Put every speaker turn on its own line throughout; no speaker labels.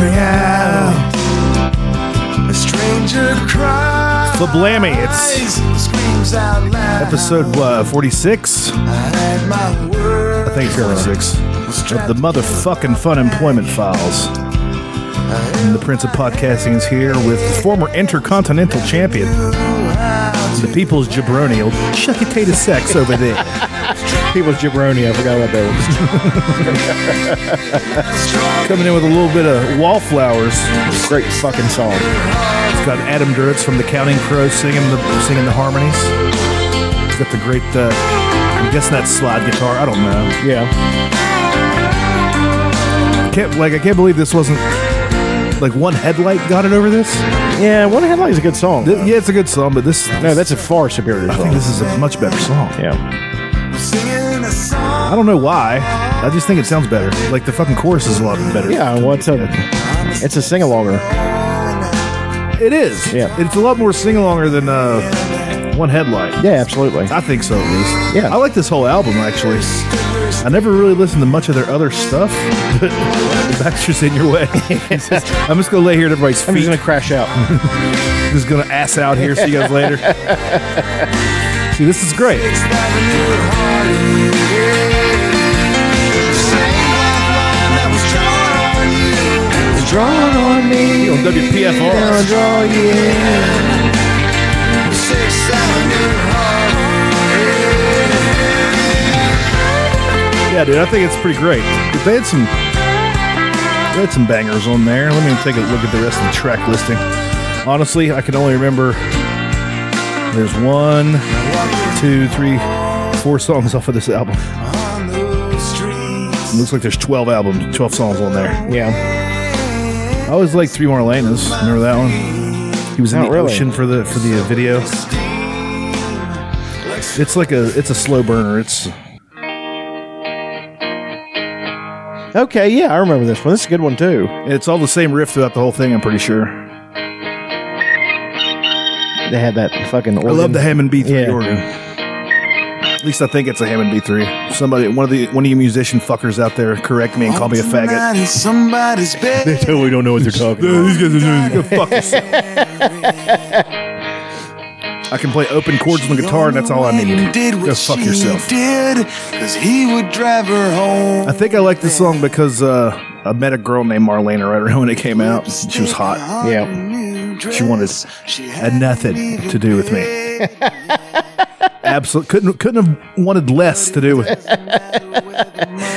me out. A stranger cries.
The Blammy, it's
Screams out loud.
episode uh, 46.
I had my word.
I think it's 46. Of the motherfucking Fun Employment Files. And the Prince of Podcasting is here with former Intercontinental Champion, the People's Jabroni, old Chucky Tater Sex over there.
People's jabroni. I forgot about that
Coming in with a little bit of wallflowers.
one. Great fucking song.
It's got Adam Duritz from the Counting Crow singing the singing the harmonies. It's got the great, uh, I'm guessing that's slide guitar. I don't know.
Yeah.
Can't, like I can't believe this wasn't like one headlight got it over this.
Yeah, One Headlight is a good song.
Th- yeah, it's a good song, but this
No, that's a far superior
I think
song.
this is a much better song.
Yeah.
Singing a
I
song.
don't know why. I just think it sounds better. Like the fucking chorus is a lot better.
Yeah, well, it's a, it's a sing-alonger.
it is.
Yeah.
it's a lot more sing alonger than uh, one headlight.
Yeah, absolutely.
I think so at least.
Yeah.
I like this whole album actually. I never really listened to much of their other stuff, but Baxter's in your way. It's just- I'm just gonna lay here at everybody's
I'm
feet.
just going to crash out.
just gonna ass out here. See you guys later. See, this is great.
Drawn on me.
On WPFR.
draw you in.
Yeah, dude, I think it's pretty great. But they had some, they had some bangers on there. Let me take a look at the rest of the track listing. Honestly, I can only remember there's one, two, three, four songs off of this album. It looks like there's 12 albums, 12 songs on there.
Yeah.
I always liked Three Marlenas. Remember that one? He was in
Not
the
really.
ocean for the for the uh, video. It's like a it's a slow burner. It's
Okay, yeah, I remember this one. This is a good one, too.
it's all the same riff throughout the whole thing. I'm pretty sure.
They had that fucking organ.
I love the Hammond B3
Yeah.
organ. At least I think it's a Hammond B3. Somebody, one of the one of you musician fuckers out there, correct me and call me a faggot.
Somebody's bed.
totally don't know what they're talking about.
guys are doing fuck yourself. I can play open chords on the guitar, and that's all I need.
Did what
Go fuck
she
yourself.
Did, Cause he would drive her home.
I think I like this song because uh, I met a girl named Marlena right around when it came out. and She was hot.
Yeah.
She wanted
She
had nothing to do with me. Absolutely couldn't couldn't have wanted less to do with.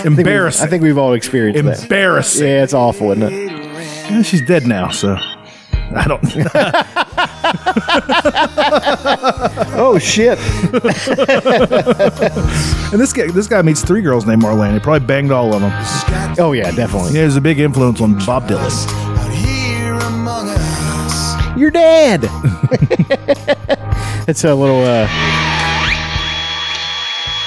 Embarrassing.
I think we've all experienced that.
embarrassing.
Yeah, it's awful, isn't it?
Eh, She's dead now, so I don't.
Oh, shit.
and this guy, this guy meets three girls named Marlene. He probably banged all of them.
Oh, yeah, definitely.
Yeah, he was a big influence on Bob Dylan.
Out here among us.
You're dead. it's a little. uh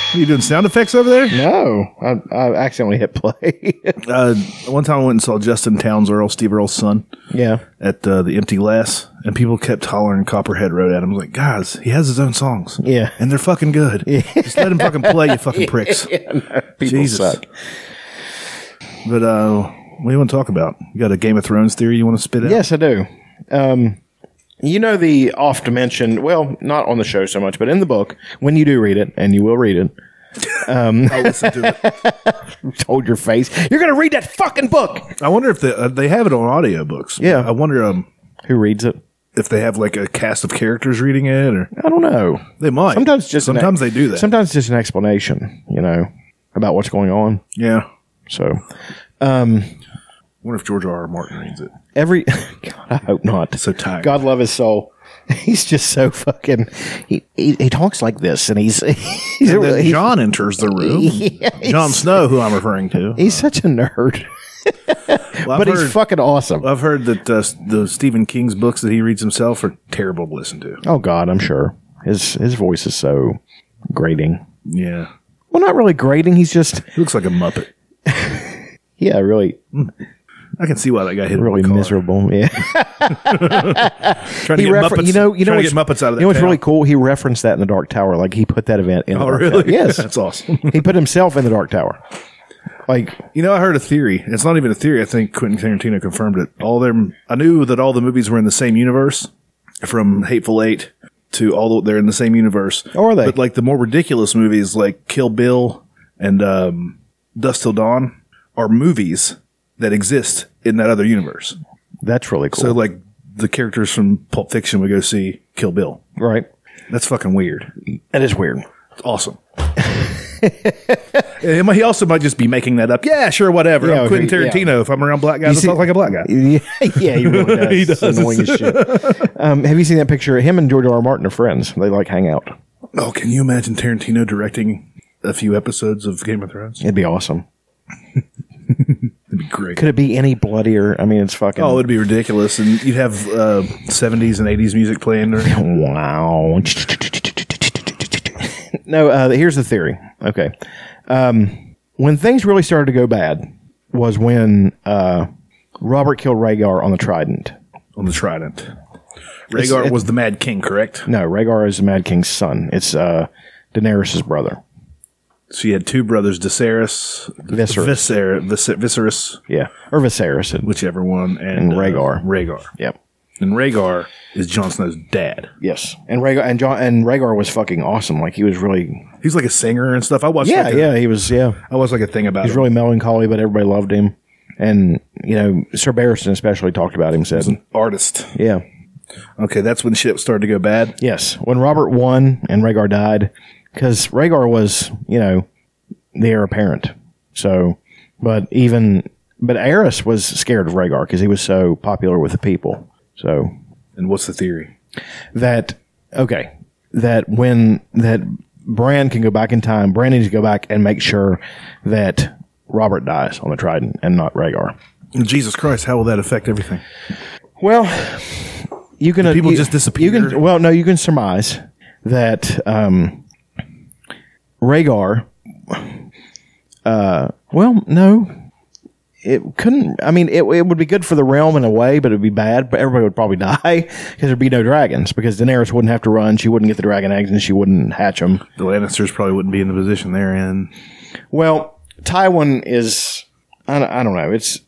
What Are you doing sound effects over there?
No, I, I accidentally hit play.
Uh, one time I went and saw Justin Towns Earl, Steve Earl's son,
yeah,
at uh, the Empty Glass, and people kept hollering Copperhead Road at him. I was like, guys, he has his own songs.
Yeah.
and they're fucking good. Just let him fucking play, you fucking pricks.
people
Jesus.
suck.
But uh, what do you want to talk about? You got a Game of Thrones theory you want to spit out?
Yes, I do. Um, you know the oft-mentioned, well, not on the show so much, but in the book, when you do read it, and you will read it,
I'll listen to it.
hold your face. You're gonna read that fucking book.
I wonder if they, uh, they have it on audiobooks.
Yeah.
I wonder um,
Who reads it?
if they have like a cast of characters reading it or
I don't know.
they might.
Sometimes just an-
sometimes they do that.
Sometimes just an explanation, you know, about what's going on.
yeah.
So
I wonder if George R. R. Martin reads it.
every, God, I hope not.
So tired.
God love his soul. He's just so fucking. He, he, he talks like this, and he's he's,
And then
he's,
John enters the room. John Snow, who I'm referring to.
he's such a nerd,
Well,
but
I've,
he's
heard,
fucking awesome.
I've heard that uh, s- the Stephen King's books that he reads himself are terrible to listen to.
Oh God, I'm sure his his voice is so grating.
Yeah.
Well, not really grating. He's just
He looks like a Muppet.
yeah, really
I can see why that guy hit him
really
with a car.
miserable. Yeah,
Trying to get
refer-
Muppets,
you know you know
trying
what's,
to get Muppets out of that
you know what's
town.
really cool. He referenced that in the Dark Tower. Like he put that event in. the
Oh,
Dark
really?
Tower. Yes,
That's awesome.
he put himself in the Dark Tower. Like,
You know, I heard a theory. It's not even a theory. I think Quentin Tarantino confirmed it. All their, I knew that all the movies were in the same universe, from Hateful Eight to all the, they're in the same universe.
Oh, are they?
But like the more ridiculous movies, like Kill Bill and um, Dust Till Dawn, are movies that exist in that other universe.
that's really cool.
So like the characters from Pulp Fiction would go see Kill Bill.
right.
That's fucking weird.
That is weird.
It's awesome. And he might- he also might just be making that up. Yeah, sure, whatever.
Yeah,
I'm
okay,
Quentin Tarantino. If I'm around black guys, I
see-
talk like a black guy.
Yeah, yeah, he really does.
He
It's
does.
annoying as shit. Um, have you seen that picture? Him and George R. R. Martin are friends. They like hang out.
Oh, can you imagine Tarantino directing a few episodes of Game of Thrones?
It'd be awesome.
It'd be great.
Could it be any bloodier? I mean, it's fucking.
Oh, it'd be ridiculous, and you'd have uh, '70s and '80s music playing. Or,
Wow. no, uh, here's the theory. Okay. Um, when things really started to go bad was when uh, Robert killed Rhaegar on the Trident.
on the Trident. Rhaegar
it-
was the Mad King, correct?
No, Rhaegar is the Mad King's son. It's uh, Daenerys' brother.
So you had two brothers, Viserys,
Viserys.
Viser, Viser, Viserys,
Yeah. Or Viserys. it-
whichever one, and, uh,
And Rhaegar.
Rhaegar,
Yep.
and Rhaegar is Jon Snow's dad.
Yes. And Rhaegar and John and Rhaegar was fucking awesome. Like he was really
He's like a singer and stuff. I watched.
Yeah,
like a-
yeah, he was yeah.
I watched like a thing about.
He's
him.
really melancholy, but everybody loved him. And you know, Sir Barristan especially talked about him said
artist.
Yeah.
Okay, that's when shit started to go bad.
Yes, when Robert won and Rhaegar died, because Rhaegar was, you know, the heir apparent. So, but even but Aerys was scared of Rhaegar because he was so popular with the people. So
And what's the theory?
that okay, that when that Bran can go back in time, Bran needs to go back and make sure that Robert dies on the Trident and not Rhaegar.
Jesus Christ, how will that affect everything?
Well, you can uh,
people
you-
just
You
disappear?
can well, no, you can surmise that um, Rhaegar. Uh, well, no, it couldn't. I mean, it it would be good for the realm in a way, but it'd be bad. But everybody would probably die because there'd be no dragons. Because Daenerys wouldn't have to run; she wouldn't get the dragon eggs, and she wouldn't hatch them.
The Lannisters probably wouldn't be in the position they're in.
Well, Taiwan is I don't, I don't know. It's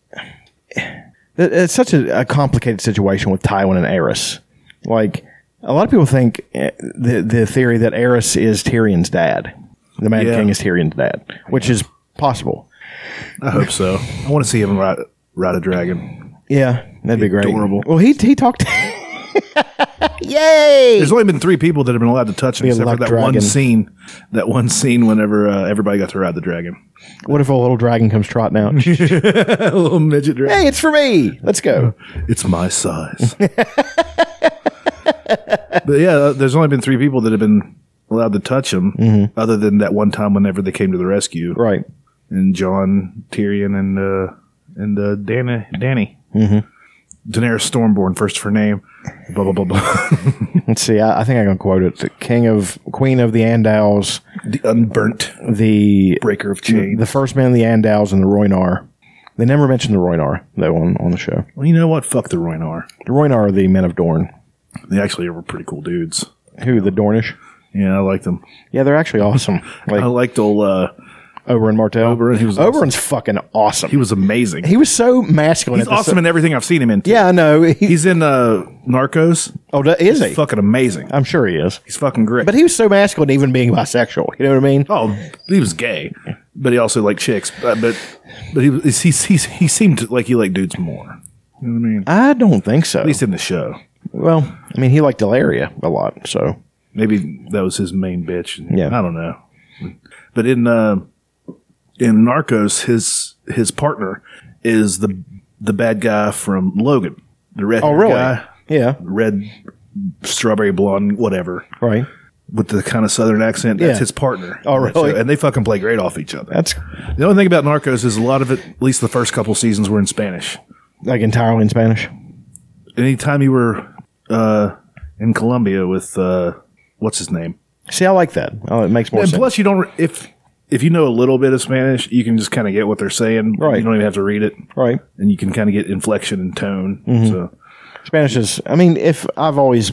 it- it's such a, a complicated situation with Tywin and Eris. Like a lot of people think eh, the the theory that Eris is Tyrion's dad, the Mad
Yeah.
King is Tyrion's dad, which is possible.
I hope so. I want to see him ride, ride a dragon.
Yeah, that'd be great.
Adorable.
Well, he he talked. Yay!
There's only been three people that have been allowed to touch him,
a
except for
luck
that
dragon.
one scene. That one scene whenever uh, everybody got to ride the dragon.
What if a little dragon comes trotting out? hey,
A little midget dragon.
it's for me. Let's go.
It's my size. but yeah, uh, there's only been three people that have been allowed to touch him, other than that one time whenever they came to the rescue.
Right.
and John Tyrion and uh, and uh, Dana, Danny. Mm-hmm. Daenerys Stormborn, first for name. Blah blah blah blah.
Let's see. I, I think I can quote it: the King of Queen of the Andals,
the unburnt
the
breaker of chains.
the first man, the Andals, and the Roynar. They never mentioned the Roynar though on, on the show.
well, you know what? Fuck the Roynar.
The Roynar are the men of Dorne.
They actually were pretty cool dudes.
Who the Dornish?
Yeah, I like them.
Yeah, they're actually awesome. Like
I liked old. Uh,
Oberyn Martell.
Oberyn, he was
Oberyn's fucking awesome.
he
He was,
was amazing.
so masculine.
He's
at the
awesome
so-
in everything I've seen him in. too.
yeah, I know. He,
He's in uh, Narcos.
oh, da- is he?
Fucking amazing.
I'm sure he is.
He's fucking great.
But he was so masculine, even being bisexual. You know what I mean?
Oh, he was gay, but he also liked chicks. Uh, but but he, was- he he he seemed like he liked dudes more. You know what I mean? At
I don't think so.
least in the show.
well, I mean, he liked Delaria a lot. So
Maybe that was his main bitch.
Yeah.
I don't know. But in uh, in Narcos, his his partner is the the bad guy from Logan, the red
oh, really?
guy,
Yeah.
red strawberry blonde, whatever,
Right.
with the kind of southern accent. That's
Yeah.
his partner.
Oh, really?
and they fucking play great off each other.
That's
The only thing about Narcos is a lot of it, at least the first couple seasons, were in Spanish.
like entirely in Spanish.
Anytime you were uh, in Colombia with uh, what's his name,
See, I like that. Oh, it makes more
and
sense.
plus you don't re- if if you know a little bit of Spanish, you can just kind of get what they're saying.
Right.
You don't even have to read it,
right. Mm-hmm.
and you can kind of get inflection and tone. So
Spanish is. I mean, if I've always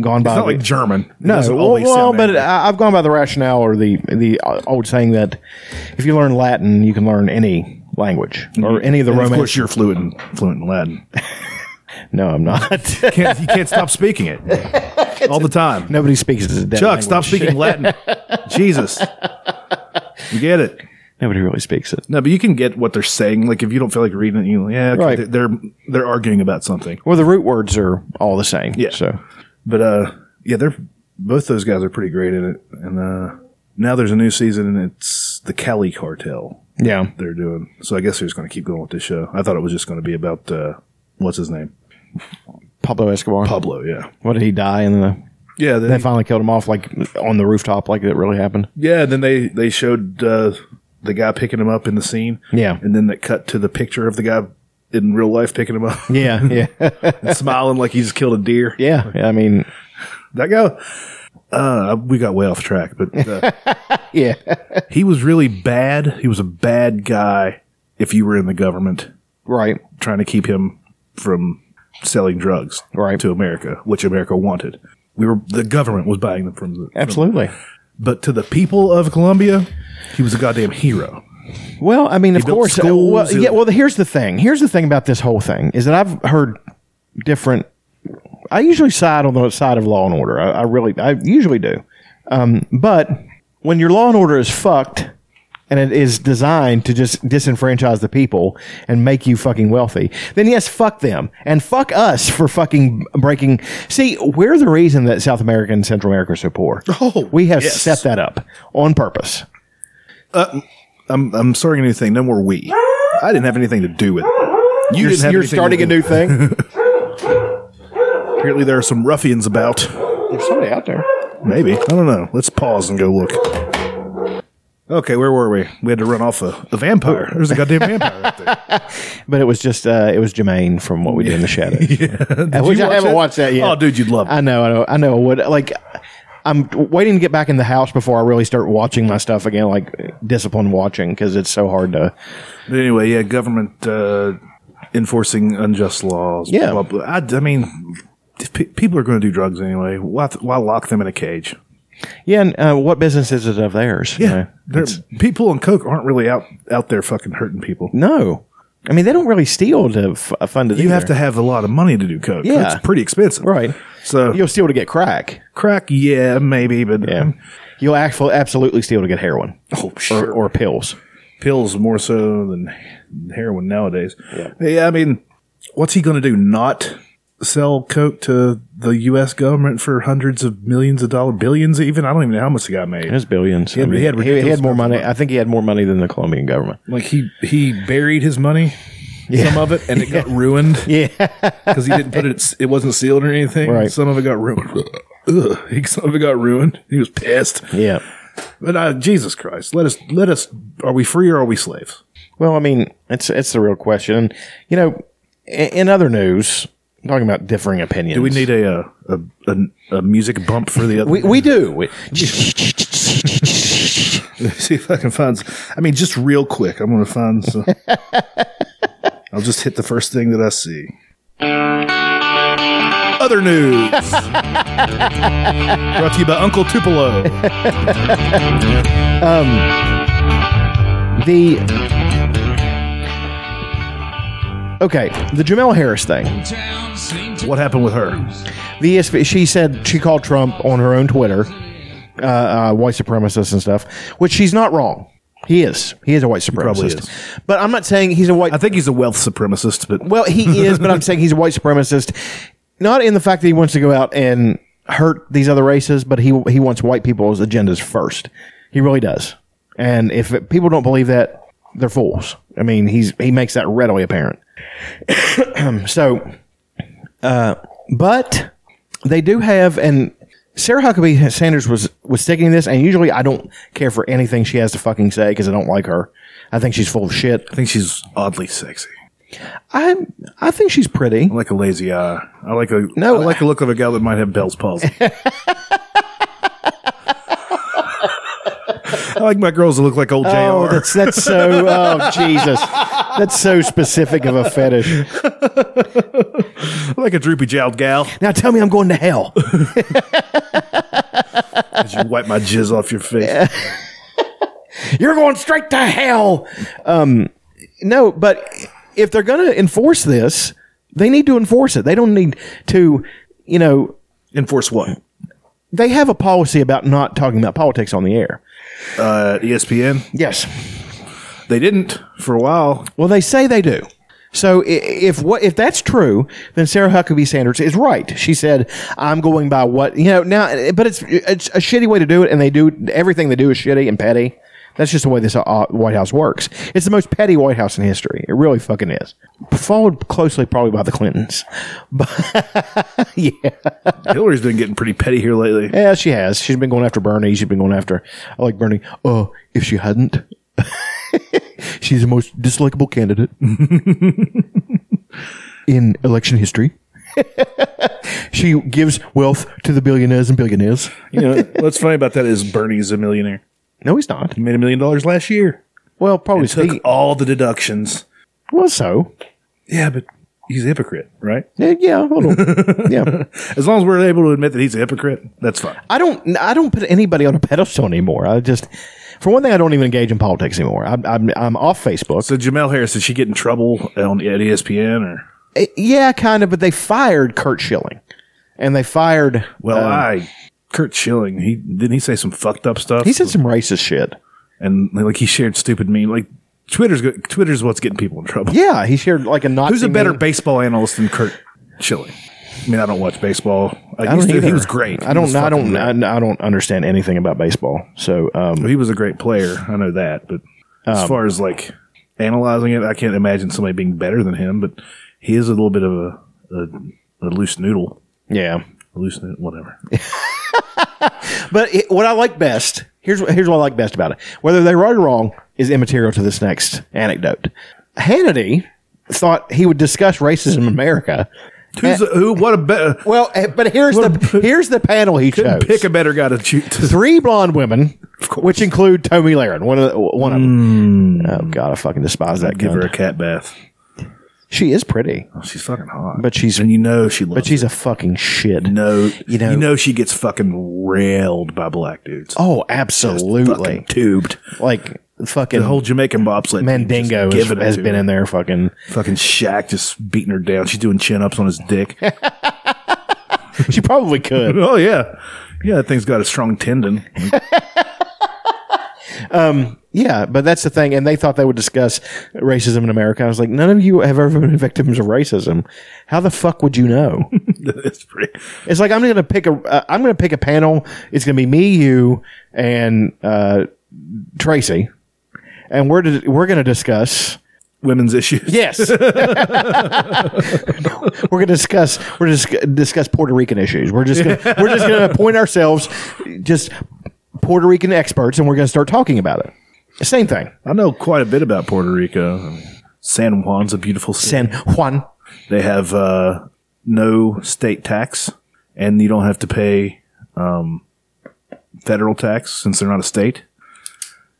gone by.
It's not
the-
like German. It
no,
doesn't
well,
always
well,
sound
but
angry.
I, I've gone by the rationale or the the uh, old saying that if you learn Latin, you can learn any language or any of the
Mm-hmm. And
Roman.
of course you're fluent in, fluent in Latin.
no, I'm not.
Can't, you can't stop speaking it all the time.
Nobody speaks it. as a dead
Chuck,
language.
stop speaking Latin. Jesus, you get it.
Nobody really speaks it.
No, but you can get what they're saying. Like if you don't feel like reading it, you yeah, okay,
Right.
they're- they're they're arguing about something.
Well, the root words are all the same.
Yeah.
So
But uh, yeah, they're both those guys are pretty great at it. And uh, now there's a new season, and it's the Cali Cartel
yeah,
they're doing. So I guess they're just going to keep going with this show. I thought it was just going to be about uh, what's his name,
Pablo Escobar.
Pablo. Yeah,
what did he die in the?
yeah. Then
They finally killed him off, like on the rooftop, like it really happened.
Yeah, then they they showed uh, the guy picking him up in the scene.
Yeah.
and then that cut to the picture of the guy in real life picking him up,
Yeah, yeah,
and smiling like he's killed a deer.
yeah. I mean,
That guy. Uh, we got way off track, but uh,
yeah,
he was really bad. He was a bad guy. If you were in the government
right,
trying to keep him from selling drugs
Right.
to America, which America wanted, we were the government was buying them from the
absolutely.
But to the people of Colombia, he was a goddamn hero.
Well, I mean, of
built
course. uh,
schools,
well,
he-
yeah. Well, here's the thing. Here's the thing about this whole thing is that I've heard different. I usually side on the side of law and order. I, I really, I usually do. Um, but when your law and order is fucked and it is designed to just disenfranchise the people and make you fucking wealthy, then yes, fuck them and fuck us for fucking breaking. See, we're the reason that South America and Central America are so poor.
Oh,
we have
yes.
set that up on purpose.
I'm I'm starting a new thing. No more we. I didn't have anything to do with it. You
You're,
didn't have
you're
anything to
starting
do
a new
with it.
thing.
Apparently, there are some ruffians about.
There's somebody out there.
Maybe I don't know. Let's pause and go look. Okay, where were we? We had to run off a, a vampire. There's a goddamn vampire out there.
But it was just uh, it was Jermaine from what we do in the shadows.
Did
Which
you
I
watch
haven't
it?
watched that yet.
Oh, dude, you'd love it.
I know, I know, I know. What like I'm waiting to get back in the house before I really start watching my stuff again, like discipline watching because it's so hard to.
But anyway, yeah, government uh, enforcing unjust laws.
Yeah.
blah, blah. I, I mean, if pe- people are going to do drugs anyway. Why, th- why lock them in a cage?
Yeah, and uh, what business is it of theirs? You know?
They're- people on coke aren't really out out there fucking hurting people.
no. I mean, they don't really steal to f- uh, fund it.
You have to have a lot of money to do coke.
Yeah.
it's pretty expensive,
right.
So
You'll steal to get crack.
crack, yeah, maybe, but um,
Yeah. You'll act- absolutely steal to get heroin
oh,
or,
Hmm. sure.
or pills.
pills more so than heroin nowadays. Yeah, I mean, what's he going to do? Not sell coke to the U.S. government for hundreds of millions of dollars, billions even? I don't even know how much the guy made.
It was billions.
had-
I mean,
he had
he- he had
ridiculous
more
amounts
money. I think he had more money than the Colombian government.
Like he he buried his money. Some of it, and it got ruined. Yeah, because he didn't put it. It wasn't sealed or anything.
Right.
Some of it got ruined. Ugh. He- Some of it got ruined. He was pissed.
Yeah.
But uh, Jesus Christ, let us let us. Are we free or are we slaves?
Well, I mean, it's it's the real question. And you know, in, in other news, talking about differing opinions.
Do we need a uh, a, a, a music bump for the other?
We, we do. We-
See if I can find. s- I mean, just real quick. I'm going to find. Some, I'll just hit the first thing that I see. Other news. Brought to you by Uncle Tupelo.
the okay, the Jamel Harris thing.
What happened with her?
the ESP, she said she called Trump on her own Twitter, uh, uh, white supremacist and stuff, which she's not wrong. He is. He is a white
probably
supremacist.
is.
But I'm not saying he's a white.
I think he's a wealth supremacist, but
well, he is, but I'm saying he's a white supremacist, not in the fact that he wants to go out and hurt these other races, but he he wants white people's agendas first. He really does. And if people don't believe that, they're fools. I mean, he's he makes that readily apparent. so, uh, but they do have and. Sarah Huckabee Sanders was was sticking to this, and usually I don't care for anything she has to fucking say because I don't like her. I think she's full of shit.
I think she's oddly sexy.
I I think she's pretty.
I like a lazy eye. I like a
No.
I like the look of a gal that might have Bell's palsy. I
like my girls that look like old JR.
Oh, that's that's so. Oh, Jesus, that's so specific of a fetish.
like a droopy jowled gal.
Now tell me, I'm going to hell.
As you wipe my jizz off your face.
You're going straight to hell. Um, no, but if they're going to enforce this, they need to enforce it. They don't need to, you know.
Enforce what?
They have a policy about not talking about politics on the air.
Uh, ESPN.
Yes.
They didn't for a while.
Well, they say they do. So i- if what if that's true, then Sarah Huckabee Sanders is right. She said, "I'm going by what you know now." But it's it's a shitty way to do it, and they do everything they do is shitty and petty. That's just the way this uh, White House works. It's the most petty White House in history. It really fucking is. Followed closely, probably by the Clintons.
Hillary's been getting pretty petty here lately.
Yeah, she has. She's been going after Bernie. She's been going after. I like Bernie. Uh, if she hadn't, she's the most dislikable candidate in election history. she gives wealth to the billionaires and billionaires.
You know what's funny about that is Bernie's a millionaire.
No, he's not.
He made a million dollars last year.
Well, probably
Took
speaking.
all the deductions.
Well, so
Yeah, but he's a hypocrite, right?
yeah, yeah, a little. yeah.
As long as we're able to admit that he's a hypocrite, that's fine.
I don't. I don't put anybody on a pedestal anymore. I just, for one thing, I don't even engage in politics anymore. I'm, I'm, I'm off Facebook.
So Jamel Harris, did she get in trouble on at E ESPN or?
Uh, yeah, kind of, but they fired Kurt Schilling. And they fired.
Well,
uh,
I Kurt Schilling. He didn't he say some fucked up stuff.
he said some racist shit.
and like he shared stupid meme. Like Twitter's go- Twitter's what's getting people in trouble.
Yeah, he shared like a Nazi.
Who's a better
meme.
baseball analyst than Kurt Schilling? I mean, I don't watch baseball. I,
I don't
used to. He
either.
was great.
I don't.
He was
know I
fucking
don't.
great.
I, I don't understand anything about baseball. So um,
He was a great player. I know that, but as far as like analyzing it, I can't imagine somebody being better than him. But he is a little bit of a a, a loose noodle,
yeah,
a loose noodle, whatever.
but it, what I like best here's what- here's what I like best about it. Whether they're right or wrong is immaterial to this next anecdote. Hannity thought he would discuss racism in America.
Who's a, who? What a better.
Well, eh, but here's the here's the panel he chose.
Pick a better guy to shoot. To,
three blonde women, which include Tommy Lahren, one of the, one of them. Oh God, I fucking despise that
give her a
girl.
cat bath.
She is pretty,
Oh, she's fucking hot.
but she's
and you know she loves.
but she's a fucking shit.
No,
You
you
know-
know, she gets fucking railed by black dudes.
Oh,
Fucking
absolutely.
tubed.
Like fucking
The whole Jamaican bobsled team just
Mandingo has,
giving it
has
to
been
her.
in there. Fucking,
Fucking Shaq just beating her down. She's doing chin ups on his dick.
she probably could.
oh yeah, yeah. That thing's got a strong tendon.
yeah, but that's the thing. And they thought they would discuss racism in America. I was like, none of you have ever been victims of racism. How the fuck would you know?
it's pretty.
It's like I'm gonna pick a uh, I'm gonna pick a panel. It's gonna be me, you, and uh, Tracy, and we're to, we're gonna discuss.
Women's issues.
Yes, we're gonna discuss we're just gonna discuss Puerto Rican issues. We're just gonna, we're just gonna appoint ourselves just Puerto Rican experts, and we're gonna start talking about it. Same thing.
I know quite a bit about Puerto Rico. I mean, San Juan's a beautiful city.
San Juan.
they have uh, no state tax, and you don't have to pay um, federal tax since they're not a state.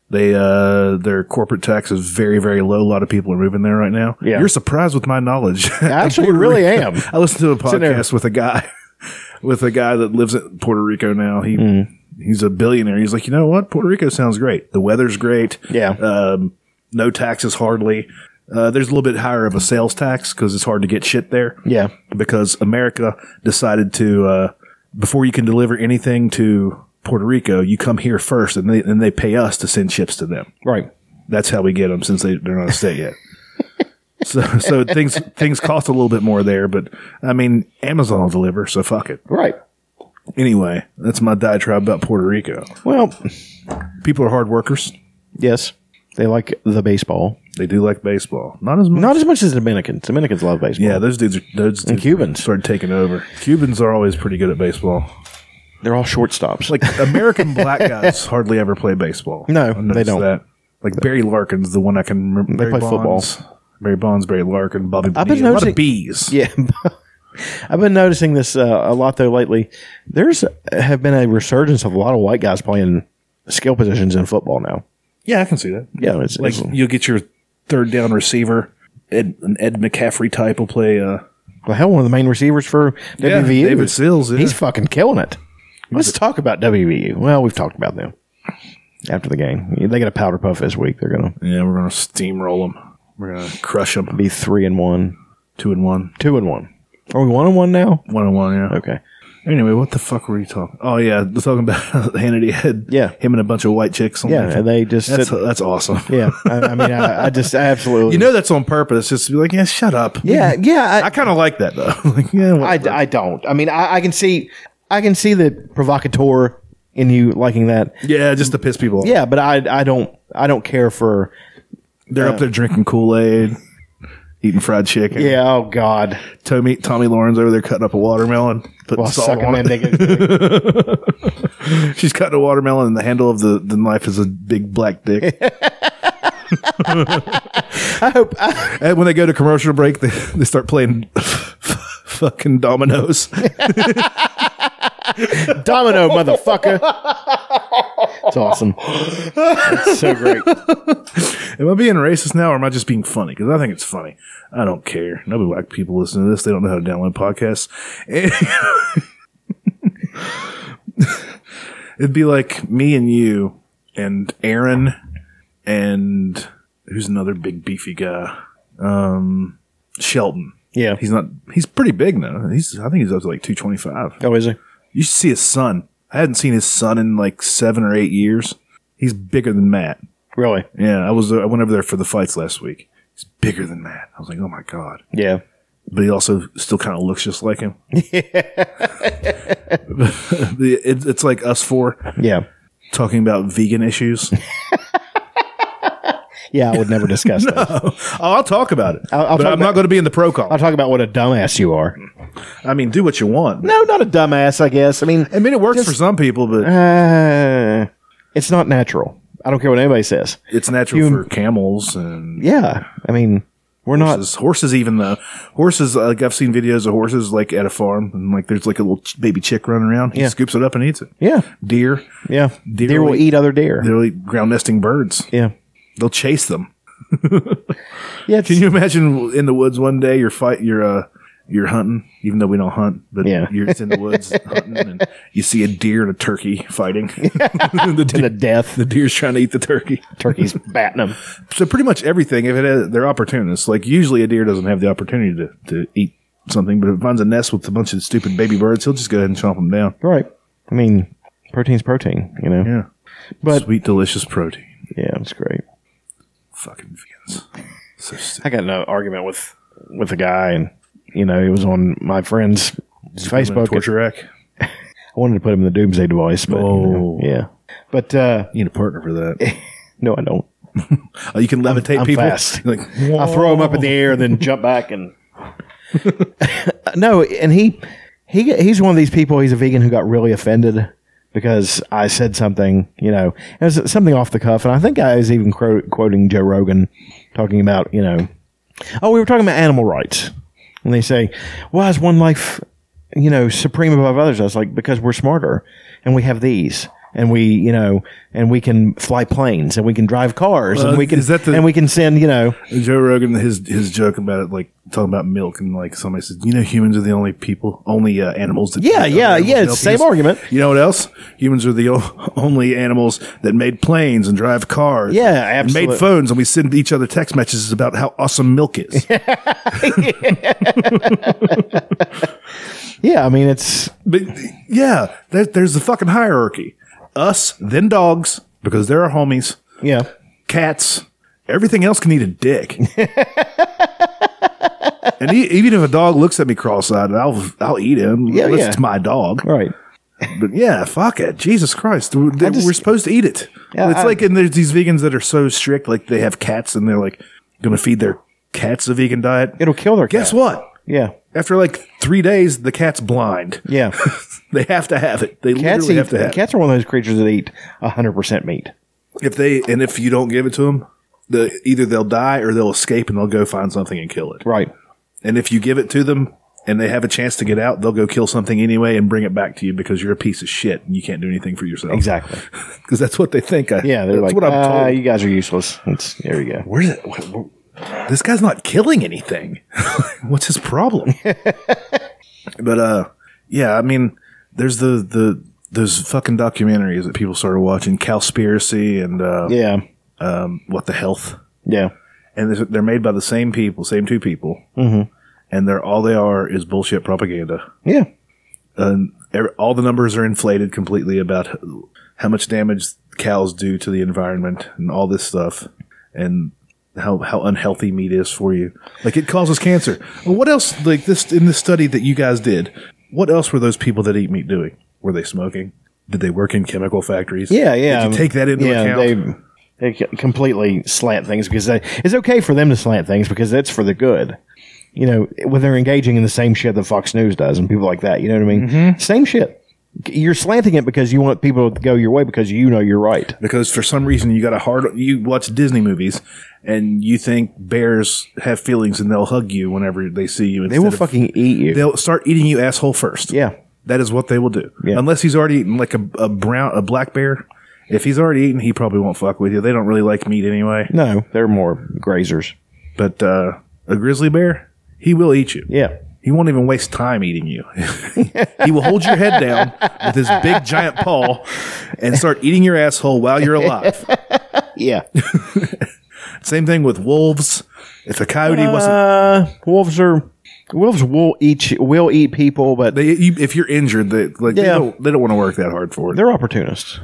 They uh, their corporate tax is very very low. A lot of people are moving there right now.
Yeah.
You're surprised with my knowledge.
Actually, really am.
I listened to a
in there.
podcast with a guy with a guy that lives in Puerto Rico now. He
Hmm.
he's a billionaire. He's like, you know what? Puerto Rico sounds great. The weather's great.
Yeah.
Um, no taxes hardly. Uh, there's a little bit higher of a sales tax because it's hard to get shit there.
Yeah.
Because America decided to uh, before you can deliver anything to Puerto Rico, you come here first, and they and they pay us to send ships to them.
Right.
That's how we get them since they, they're not a state yet. so so things things cost a little bit more there, but I mean Amazon will deliver, so fuck it.
Right.
Anyway, that's my diatribe about Puerto Rico.
Well,
People are hard workers.
yes, they like the baseball.
They do like baseball, not as much.
Not as much as Dominicans. Dominicans love baseball.
yeah, those dudes are those dudes
Cubans.
started taking over. Cubans are always pretty good at baseball.
They're all shortstops.
Like American black guys hardly ever play baseball.
No,
I noticed
they don't.
That. Like Barry Larkin's the one I can remember. They
play football.
Barry Bonds, Barry Larkin, Bobby.
I've been
Bonilla, a lot
noticing-
of bees.
Yeah. I've been noticing this uh, a lot though lately. There's have been a resurgence of a lot of white guys playing skill positions in football now.
Yeah, I can see that.
Yeah, it's,
like
it's-
you'll get your third down receiver. Ed, an Ed McCaffrey type will play. Uh,
well, hell, one of the main receivers for
Yeah,
WVU,
David Sills, yeah.
He's fucking killing it. Let's talk about WVU. Well, we've talked about them after the game. They got a powder puff this week. They're gonna
yeah, we're gonna steamroll them. We're gonna crush them.
be three and one,
Two and one,
two and one. Are we one and one now?
one and one. Yeah.
Okay.
Anyway, what the fuck were you talking? Oh yeah, we're talking about Hannity had
Yeah.
him and a bunch of white chicks. On
Yeah,
there.
and they just
that's
sit-
that's awesome.
Yeah. I, I mean, I, I just I absolutely.
You know that's on purpose. Just to be like, yeah, shut up.
Yeah. Yeah.
I kind of like that though. like, yeah, well,
I, I don't. I mean, I, I can see, I can see the provocateur in you liking that.
yeah, just to piss people off.
Yeah, but I, I don't, I don't care for.
they're up there drinking Kool Aid, eating fried chicken.
Yeah. Oh God.
Tommy Tommy Lawrence over there cutting up a watermelon, putting
Well,
salt
sucking
on
that
it.
nigga.
She's cutting a watermelon, and the handle of the, the knife is a big black dick.
I hope. I,
and when they go to commercial break, they, they start playing fucking dominoes.
Domino, motherfucker. It's awesome. It's so great.
am I being racist now, or am I just being funny? Because I think it's funny. I don't care. Nobody black people listen to this. They don't know how to download podcasts. It'd be like me and you and Aaron and who's another big beefy guy? Um, Shelton.
Yeah.
He's not, he's pretty big now. He's, I think he's up to like 225.
Oh, is he?
You should see his son. I hadn't seen his son in like seven or eight years. He's bigger than Matt.
Really?
Yeah, I was. uh, I went over there for the fights last week. He's bigger than Matt. I was like, oh my god.
Yeah.
But he also still kind of looks just like him. it, it's like us four
Yeah.
talking about vegan issues.
Yeah. I would never discuss that.
Oh, I'll talk about it,
I'll- I'll
but
talk
I'm
about-
not going to be in the pro
I'll
call.
talk about what a dumbass you are.
I mean, do what you want.
No, not a dumbass. I guess. I mean,
I mean, it works for some people, but
uh, it's not natural. I don't care what anybody says.
it's natural
you-
for camels and
Yeah. I mean, we're
horses. Horses, even though horses, like I've seen videos of horses like at a farm, and like there's like a little ch- baby chick running around. He
Yeah.
scoops it up and eats it.
not. Yeah.
Deer,
Yeah. Deer,
Deer
will
will-
eat other deer.
they're like ground nesting birds.
Yeah.
They'll chase them.
Yeah. It's,
Can you imagine in the woods one day you're fight you're uh you're hunting, even though we don't hunt, but
Yeah.
you're just in the woods hunting and you see a deer and a turkey fighting. the,
to
deer,
the death.
the deer's trying to eat the turkey.
Turkey's batting them.
So pretty much everything, if it has, they're opportunists. Like usually a deer doesn't have the opportunity to, to eat something, but if it finds a nest with a bunch of stupid baby birds, he'll just go ahead and chomp them down.
Right. I mean, protein's protein, you know?
Yeah.
But-
sweet, delicious protein.
yeah it's great.
Fucking vegans. So sick.
I got in an argument with with a guy, and you know, it was on my friend's Facebook.
Torture rack.
I wanted to put him in the doomsday device, but you
Oh.
know, yeah. But uh,
You need a partner for that.
no, I don't.
Oh, you can levitate
I'm
people.
fast.
Like,
I throw him up in the air and then jump back and. no, and he he he's one of these people. He's a vegan who got really offended because I said something, you know, it was something off the cuff, and I think I was even cro- quoting Joe Rogan talking about, you know, oh, we were talking about animal rights, and they say, why is one life, you know, supreme above others? I was like, because we're smarter and we have these. And we, you know, and we can fly planes, and we can drive cars,
Well,
and we can,
is that the-
and we can send, you know,
Joe Rogan, his his joke about it, like talking about milk, and like somebody said, you know, humans are the only people, only uh, animals that.
Yeah,
other
yeah,
animals
yeah,
milk."
it's the
He
same
goes,
argument.
You know what else? Humans are the o- only animals that made planes and drive cars.
Yeah,
and
absolutely.
Made phones, and we send each other text messages about how awesome milk is.
Yeah, I mean it's
but yeah, there, there's the fucking hierarchy: us, then dogs, because they're our homies.
yeah.
cats, everything else can eat a dick. and e even if a dog looks at me cross-eyed, I'll I'll eat him.
Yeah,
unless
yeah.
it's my dog.
Right.
But yeah, fuck it, Jesus Christ, we're, they-
just-
we're supposed to eat it.
Yeah,
it's
I-
like and there's these vegans that are so strict, like they have cats and they're like going to feed their cats a vegan diet.
It'll kill their
Guess
cat.
what?
Yeah.
After like three days, the cat's blind.
Yeah.
they have to have it. They
Cats
literally
eat,
have to have it.
cats are one of those creatures that eat hundred percent meat.
if they and if you don't give it to them, the either they'll die or they'll escape and they'll go find something and kill it.
Right.
And if you give it to them, and they have a chance to get out, they'll go kill something anyway and bring it back to you because you're a piece of shit and you can't do anything for yourself.
Exactly.
Because that's what they think. I,
Yeah, they're
that's
like,
what I'm
"Ah,
told.
you guys are useless. It's, there we go.
Where's it? wh- wh- this guy's not killing anything. What's his problem? but uh, yeah, I mean, there's the the those fucking documentaries that people started watching, Cowspiracy and uh,
Yeah,
what the health,
yeah,
and they're- they're made by the same people, same two people, mm-hmm. and they're all they are is bullshit propaganda.
yeah.
and ev- all the numbers are inflated completely about h- how much damage cows do to the environment and all this stuff and how how unhealthy meat is for you like it causes cancer Well, what else like this in this study that you guys did what else were those people that eat meat doing were they smoking did they work in chemical factories
Yeah, yeah.
did you take that into account
They, they c- completely slant things because they, it's okay for them to slant things because that's for the good. You know, when they're engaging in the same shit that Fox News does and people like that, you know what I mean?
Mm-hmm.
Same shit. You're slanting it because you want people to go your way because you know you're right.
because for some reason you got a hard you watch Disney movies and you think bears have feelings and they'll hug you whenever they see you.
They will fucking eat you.
They'll start eating you asshole first.
Yeah.
that is what they will do.
Yeah.
Unless he's already eaten like a, a brown a black bear. If he's already eaten, he probably won't fuck with you. They don't really like meat anyway.
No, they're more grazers.
But uh, a grizzly bear, he will eat you.
Yeah.
He won't even waste time eating you. he will hold your head down with his big giant paw and start eating your asshole while you're alive.
Yeah.
Same thing with wolves. If a coyote wasn't,
Uh, wolves are wolves will eat you- will eat people, but
they, you, if you're injured, they like they
Yeah.
don't, they don't want to work that hard for it.
they're opportunists.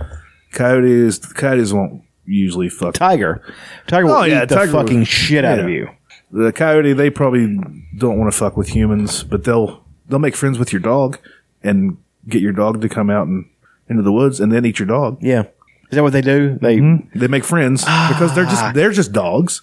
Coyotes, coyotes won't usually fuck.
Tiger, tiger will
Oh, yeah,
eat the
tiger will-
fucking shit out of
yeah.
you.
The coyote, they probably don't want to fuck with humans, but they'll they'll make friends with your dog and get your dog to come out and into the woods and then eat your dog.
Yeah. Is that what they do? They
They make friends because they're
Ah.
just they're just dogs.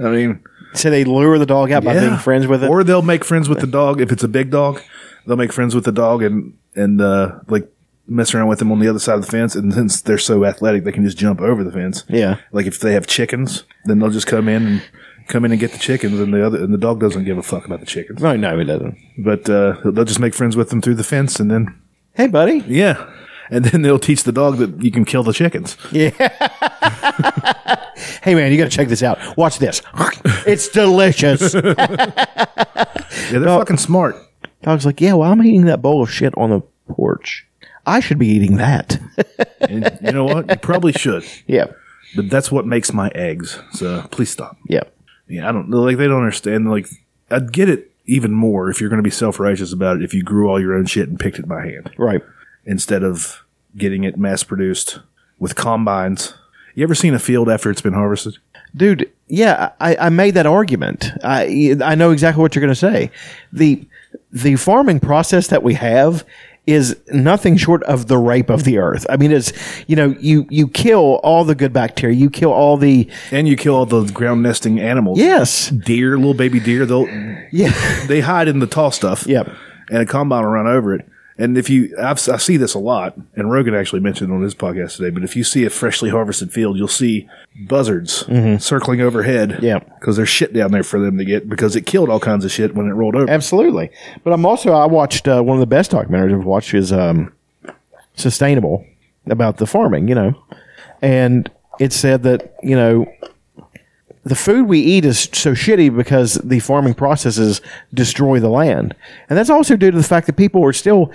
I mean,
say they lure the dog out by
Yeah.
being friends with it.
Or they'll make friends with the dog if it's a big dog. They'll make friends with the dog and and uh, like mess around with them on the other side of the fence. And since they're so athletic, they can just jump over the fence.
Yeah.
Like if they have chickens, then they'll just come in and come in and get the chickens, and the other and the dog doesn't give a fuck about the chickens.
no, no, it doesn't.
But uh, they'll just make friends with them through the fence, and then
Hey, buddy.
yeah. And then they'll teach the dog that you can kill the chickens.
Hey, man, you got to check this out. Watch this. it's delicious.
Yeah, they're fucking smart.
Dog's like, yeah, well, I'm eating that bowl of shit on the porch. I should be eating that.
And you know what? You probably should.
yeah.
But that's what makes my eggs. So please stop.
Yeah.
Yeah, I don't like they don't understand. Like, I'd get it even more if you're going to be self righteous about it if you grew all your own shit and picked it by hand
Right.
instead of getting it mass produced with combines. You ever seen a field after it's been harvested?
dude yeah i, I made that argument I, I know exactly what you're going to say the the farming process that we have is nothing short of the rape of the earth i mean it's you know you you kill all the good bacteria you kill all the
And you kill all the ground nesting animals.
yes
Deer, little baby deer, they'll
yeah
they hide in the tall stuff.
Yep.
And a combine will run over it. And if you, I've, I see this a lot, and Rogan actually mentioned it on his podcast today. But if you see a freshly harvested field, you'll see buzzards
Mm-hmm.
circling overhead.
Yeah.
because there's shit down there for them to get because it killed all kinds of shit when it rolled over.
absolutely but i'm also i watched uh, one of the best documentaries i've watched is um sustainable about the farming you know and it said that you know the food we eat is so shitty because the farming processes destroy the land. And that's also due to the fact that people are still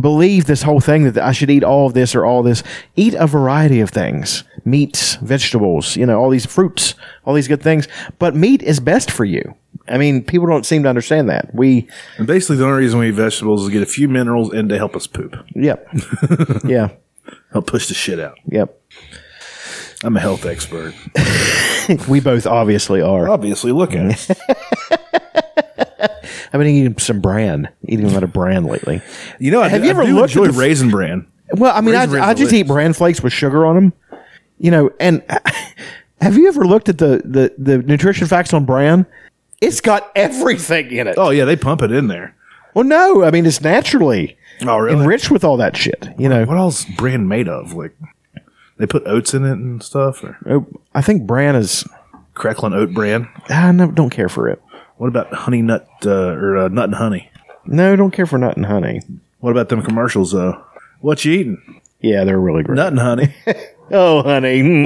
believe this whole thing that I should eat all of this or all this. Eat a variety of things. Meats, vegetables, you know, all these fruits, all these good things. But meat is best for you. I mean, people don't seem to understand that. We
And basically, the only reason we eat vegetables is to get a few minerals and to help us poop,
Yep. yeah.
help push the shit out.
Yep.
I'm a health expert.
We both obviously are.
Obviously, look at it.
I've been eating some bran, eating a lot of bran lately.
You know, I,
Have
have
you
you
ever
I do
looked at
enjoy
the-
raisin bran?
Well, I mean, I,
Raisin Bran's
I just eat
delicious.
bran flakes with sugar on them, you know. And have you ever looked at the, the, the nutrition facts on bran? It's got everything in it.
Oh yeah, they pump it in there.
Well, no, I mean it's naturally
Oh really?
enriched with all that shit. You know,
what else bran made of? Like they put oats in it and stuff, or
Oh, I think bran is.
crackling oat bran.
I no, don't care for it.
What about Honey Nut uh, or uh, Nut and Honey?
No, don't care for nut and honey.
What about them commercials though? What you eating?
Yeah, they're really great.
Nut and Honey.
Oh, honey. Mm.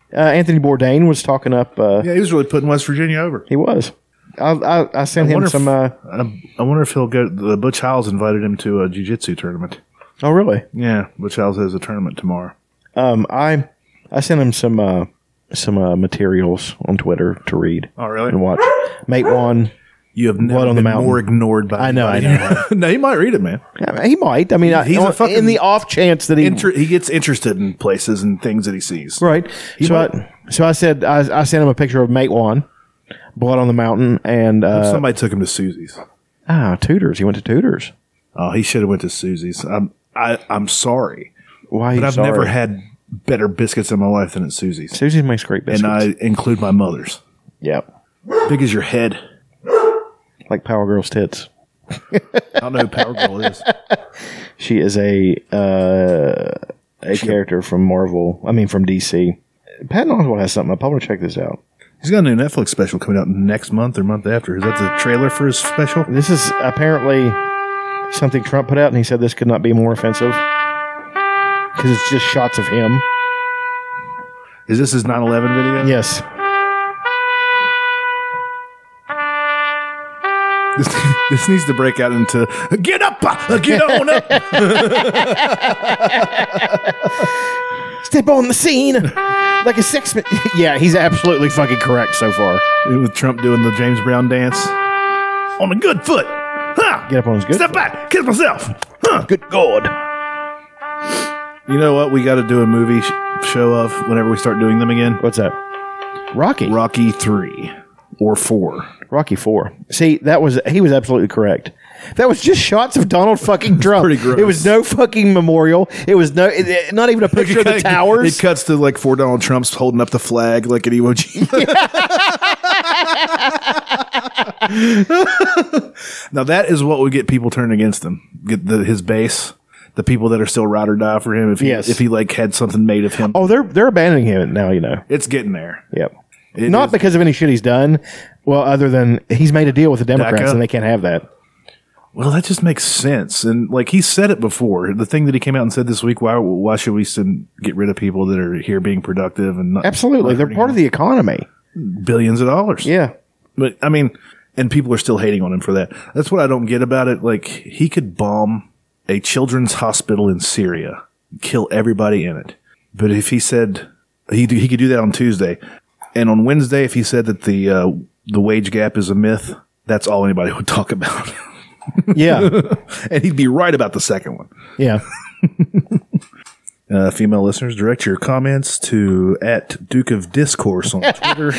uh, Anthony Bourdain was talking up. Uh,
yeah, he was really putting West Virginia over.
He was. I I, I sent him
wonder if-
some. Uh,
I, I wonder if he'll go. The Butch Howells invited him to a jiu-jitsu tournament.
oh, really?
Yeah, Butch Howells has a tournament tomorrow.
Um, I I sent him some uh, some uh, materials on Twitter to read.
Oh, really?
And watch. Mate one.
You have never
on the
been
Mountain.
more ignored by.
I know, I
anybody. no, you might read it, man.
I mean, he might. I mean, I,
He's a
on-
fucking
in the off chance that he
Inter- he gets interested in places and things that he sees.
Right. so
might-
I so I said I, I sent him a picture of Mate One, Blood on the Mountain, and uh,
Somebody took him to Susie's.
ah Tudors. He went to Tudors.
Oh, he should have went to Susie's. I'm I, I'm sorry,
Why?
but I've never had better biscuits in my life than at Susie's,
Susie makes great biscuits.
and I include my mother's.
yep.
Big as your head.
Like Power Girl's tits.
I don't know who Power Girl is.
She is a uh, a character from Marvel. I mean, from DC. Patton Oswalt has something. I'll probably check this out.
He's got a new Netflix special coming out next month or month after. Is that the trailer for his special?
This is apparently something Trump put out, and he said this could not be more offensive because it's just shots of him.
Is this his 9/11 video?
Yes.
This, this needs to break out into get up, uh, get on up.
Step on the scene like a sex. ma- yeah, he's absolutely fucking correct so far.
With Trump doing the James Brown dance on a good foot. Huh.
Get up on his good.
Step
foot.
back. Kiss myself. Huh.
Good God.
You know what? We got to do a movie sh- show of whenever we start doing them again.
What's that? Rocky.
Rocky three or four.
Rocky Four. See, that was he was absolutely correct. That was just shots of Donald fucking Trump.
pretty gross.
It was no fucking memorial. It was no, it- it- not even a picture of the towers.
It cuts to like four Donald Trumps holding up the flag like at Iwo Jima. now that is what would get people turned against him. Get the, his base, the people that are still ride or die for him. If he,
Yes.
if he like had something made of him,
oh, they're they're abandoning him now. You know.
it's getting there.
Yep.
It
not
is-
because of any shit he's done. Well, other than he's made a deal with the Democrats
DACA?
and they can't have that.
Well, that just makes sense. And like he said it before, the thing that he came out and said this week, why why should we send, get rid of people that are here being productive and not
Absolutely, they're part of the economy.
billions of dollars?
Yeah.
But I mean, and people are still hating on him for that. That's what I don't get about it. Like he could bomb a children's hospital in Syria, kill everybody in it. But if he said he he could do that on Tuesday, and on Wednesday, if he said that the uh, the wage gap is a myth, that's all anybody would talk about,
Yeah.
and he'd be right about the second one.
yeah.
Uh, female listeners, direct your comments to at Duke of Discourse on Twitter.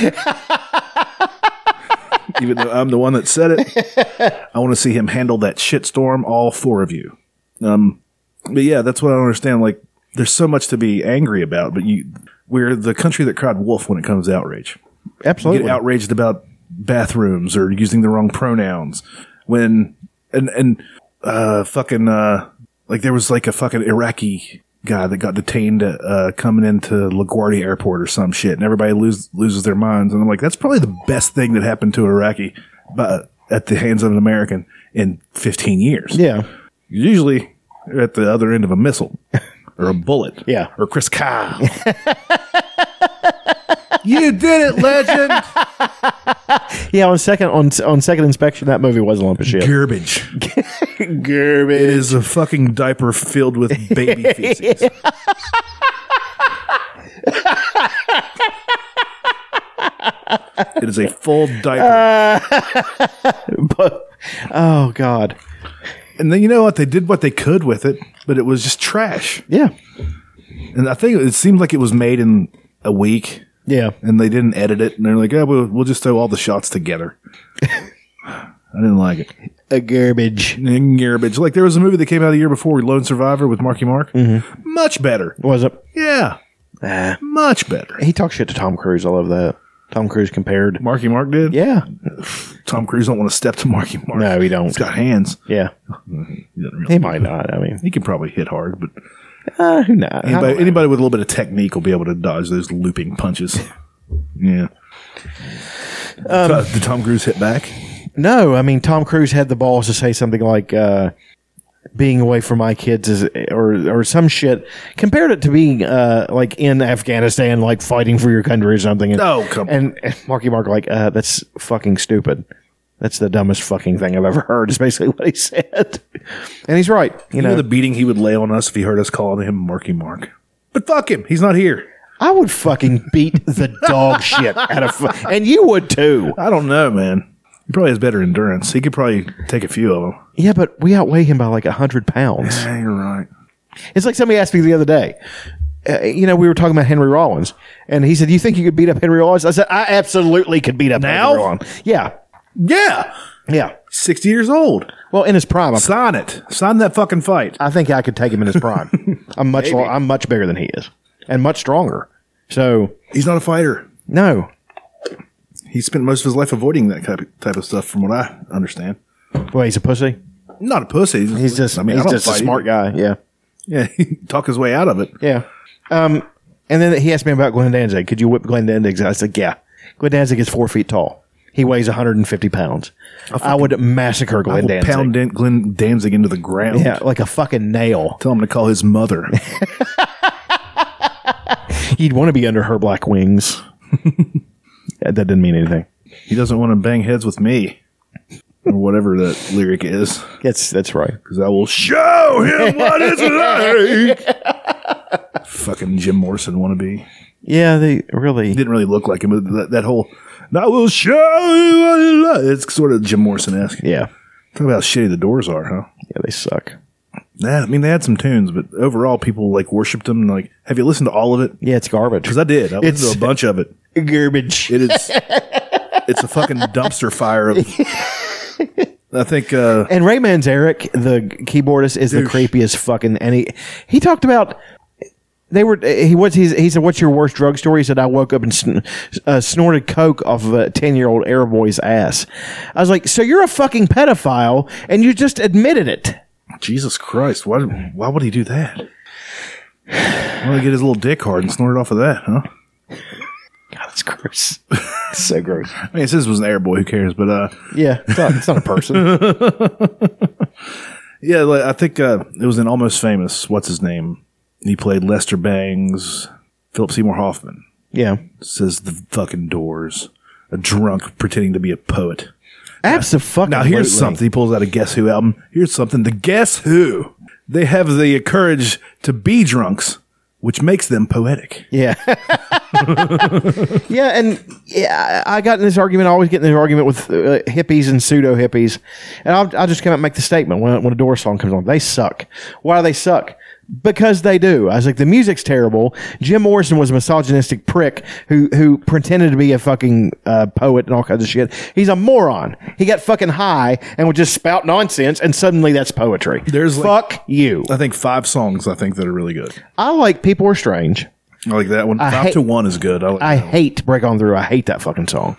Even though I'm the one that said it, I want to see him handle that shitstorm, all four of you. Um, but yeah, that's what I don't understand. Like, there's so much to be angry about, but you, we're the country that cried wolf when it comes to outrage. You
Absolutely.
get outraged about bathrooms or using the wrong pronouns when and and uh fucking uh like there was like a fucking Iraqi guy that got detained uh coming into LaGuardia Airport or some shit and everybody lose, loses their minds and I'm like that's probably the best thing that happened to an Iraqi but at the hands of an American in 15 years
Yeah.
usually they're at the other end of a missile or a bullet
Yeah.
or Chris Kyle you did it legend
Yeah, on second on on second inspection, that movie was a lump of shit.
Garbage. Garbage. It is a fucking diaper filled with baby feces. it is a full diaper.
But oh god,
and then you know what? They did what they could with it, but it was just trash.
yeah,
And I think it seemed like it was made in a week
yeah.
and they didn't edit it. And they're like, yeah, we'll, we'll just throw all the shots together. I didn't like it.
A garbage
Garbage. Like there was a movie that came out a year before, Lone Survivor with Marky Mark. Much better.
was it?
Yeah. Much better.
He talks shit to Tom Cruise. I love that. Tom Cruise compared.
Marky Mark did?
Yeah,
Tom Cruise don't want to step to Marky Mark.
No, he don't.
He's got hands.
yeah.
He, doesn't really-
He might not. I mean,
he can probably hit hard, but
uh, who knows?
anybody, anybody with a little bit of technique will be able to dodge those looping punches. Yeah. Um, Did Tom Cruise hit back?
No, I mean Tom Cruise had the balls to say something like uh, being away from my kids is or or some shit. Compared it to being uh, like in Afghanistan, like fighting for your country or something. And,
Oh, come on.
and, and Marky Mark like uh, that's fucking stupid. That's the dumbest fucking thing I've ever heard. Is basically what he said, and he's right. You,
You
know,
know the beating he would lay on us if he heard us calling him Marky Mark. But fuck him, he's not here.
I would fucking beat the dog shit out of, fu- and you would too.
I don't know, man. He probably has better endurance. He could probably take a few of them.
Yeah, but we outweigh him by like a hundred pounds.
Yeah, you're right.
It's like somebody asked me the other day. Uh, you know, we were talking about Henry Rollins, and he said, "You think you could beat up Henry Rollins?" I said, "I absolutely could beat up
Now?
Henry Rollins." Yeah,
Yeah,
yeah.
sixty years old.
Well, in his prime, I'm,
Sign it. Sign that fucking fight.
I think I could take him in his prime. I'm much, lo- I'm much bigger than he is, and much stronger. So,
He's not a fighter.
no.
He spent most of his life avoiding that type of, type of stuff, from what I understand.
Well, he's a pussy.
Not a pussy.
He's just,
I mean, I
he's
don't
just a
fight
smart
either.
guy. Yeah,
Yeah, he talk his way out of it.
yeah. Um, and then he asked me about Glenn Danzig. Could you whip Glenn Danzig? I said, "Yeah." Glenn Danzig is four feet tall. He weighs 150 pounds. I, would massacre Glenn
We'll
Danzig.
pound Dan- Glenn Danzig into the ground.
Yeah, like a fucking nail.
Tell him to call his mother.
You'd want to be under her black wings. Yeah, that didn't mean anything.
he doesn't want to bang heads with me. Or whatever that lyric is.
That's that's right.
Because I will show him what it's like. Fucking Jim Morrison wannabe.
Yeah, they really.
Didn't really look like him, but that, that whole, I will show you what it's like. It's sort of Jim Morrison esque.
Yeah,
Talk about how shitty the doors are, huh?
yeah, they suck.
Yeah, I mean, they had some tunes, but overall, people like worshipped them. Like, have you listened to all of it?
Yeah, it's garbage.
Because I did. I listened
It's-
to a bunch of it.
garbage.
It is. it's a fucking dumpster fire of. I think uh,
And Ray Manzarek, the keyboardist, is the creepiest fucking. And he he talked about they were he was he's, he said what's your worst drug story? He said I woke up and sn- uh, snorted coke off of a ten year old airboy's ass. I was like, so you're a fucking pedophile, and you just admitted it.
Jesus Christ, why why would he do that? Want to get his little dick hard and snort it off of that, huh?
God, that's gross. so gross.
I mean, it says it was an airboy. Who cares? But uh,
Yeah, it's not, it's not a person.
yeah, like, I think uh, it was an almost famous. What's his name? He played Lester Bangs, Philip Seymour Hoffman.
yeah,
Says the fucking Doors, a drunk pretending to be a poet.
absolutely.
Now here's something. He pulls out a Guess Who album. Here's something. The Guess Who. They have the courage to be drunks, which makes them poetic.
Yeah. yeah, and yeah, I I got in this argument. I always get in this argument with uh, hippies and pseudo hippies, and I'll, I'll just come out and make the statement when, when a Doors song comes on. They suck. Why do they suck? Because they do. I was like, the music's terrible. Jim Morrison was a misogynistic prick who who pretended to be a fucking uh, poet and all kinds of shit. He's a moron. He got fucking high and would just spout nonsense, and suddenly that's poetry.
There's, like-
fuck you.
I think five songs. I think that are really good.
I like people are strange.
I like that one. five
hate-
to one is good. I like
I
that one.
hate Break On Through. I hate that fucking song.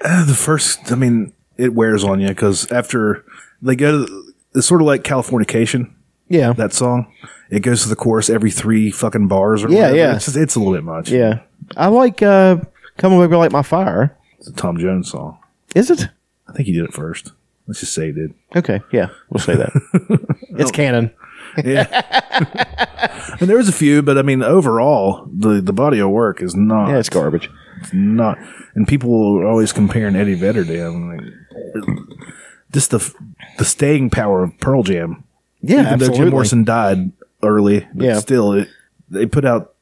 the first. I mean, it wears on you because after they go, to, it's sort of like Californication.
Yeah.
That song. It goes to the chorus every three fucking bars. Or
Yeah,
whatever.
yeah.
It's, just- it's a little bit much.
yeah. I like uh Come Away Like My Fire.
it's a Tom Jones song.
Is it?
I think he did it first. Let's just say he did.
Okay, yeah. We'll say that. it's canon.
And there was a few, but I mean, overall, the, the body of work is not.
Yeah, it's garbage.
not. And people are always comparing Eddie Vedder to him. like, just the the staying power of Pearl Jam.
Yeah,
Even though
absolutely.
Jim Morrison died early, but
Yeah.
still, it, they put out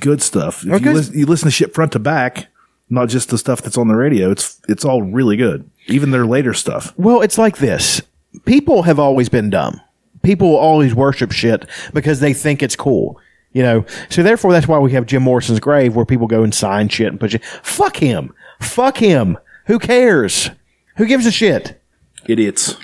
good stuff. If
Okay.
you, lis- you listen to shit front to back, not just the stuff that's on the radio, it's it's all really good. Even their later stuff.
Well, it's like this. People have always been dumb. People always worship shit because they think it's cool. You know, so therefore that's why we have Jim Morrison's grave where people go and sign shit and put shit. Fuck him. Fuck him. Who cares? Who gives a shit?
Idiots.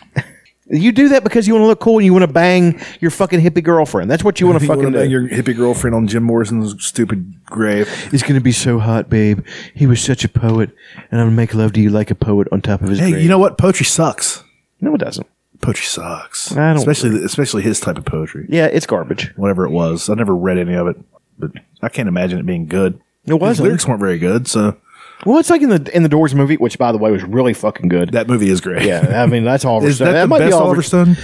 You do that because you want to look cool and you want to bang your fucking hippie girlfriend. That's what you want to fucking do.
your hippie girlfriend on Jim Morrison's stupid grave.
it's going to be so hot, babe. He was such a poet, and I'm going to make love to you like a poet on top of his
Hey,
grave.
you know what? Poetry sucks.
no, it doesn't.
Poetry sucks.
I don't-
especially especially his type of poetry.
Yeah, it's garbage.
whatever it was. I never read any of it, but I can't imagine it being good.
It wasn't.
His lyrics weren't very good, so
Well, it's like in the in the Doors movie, which by the way was really fucking good.
That movie is great.
yeah, I mean that's Oliver
Is
Stone.
that, the
might be
best Oliver Stone?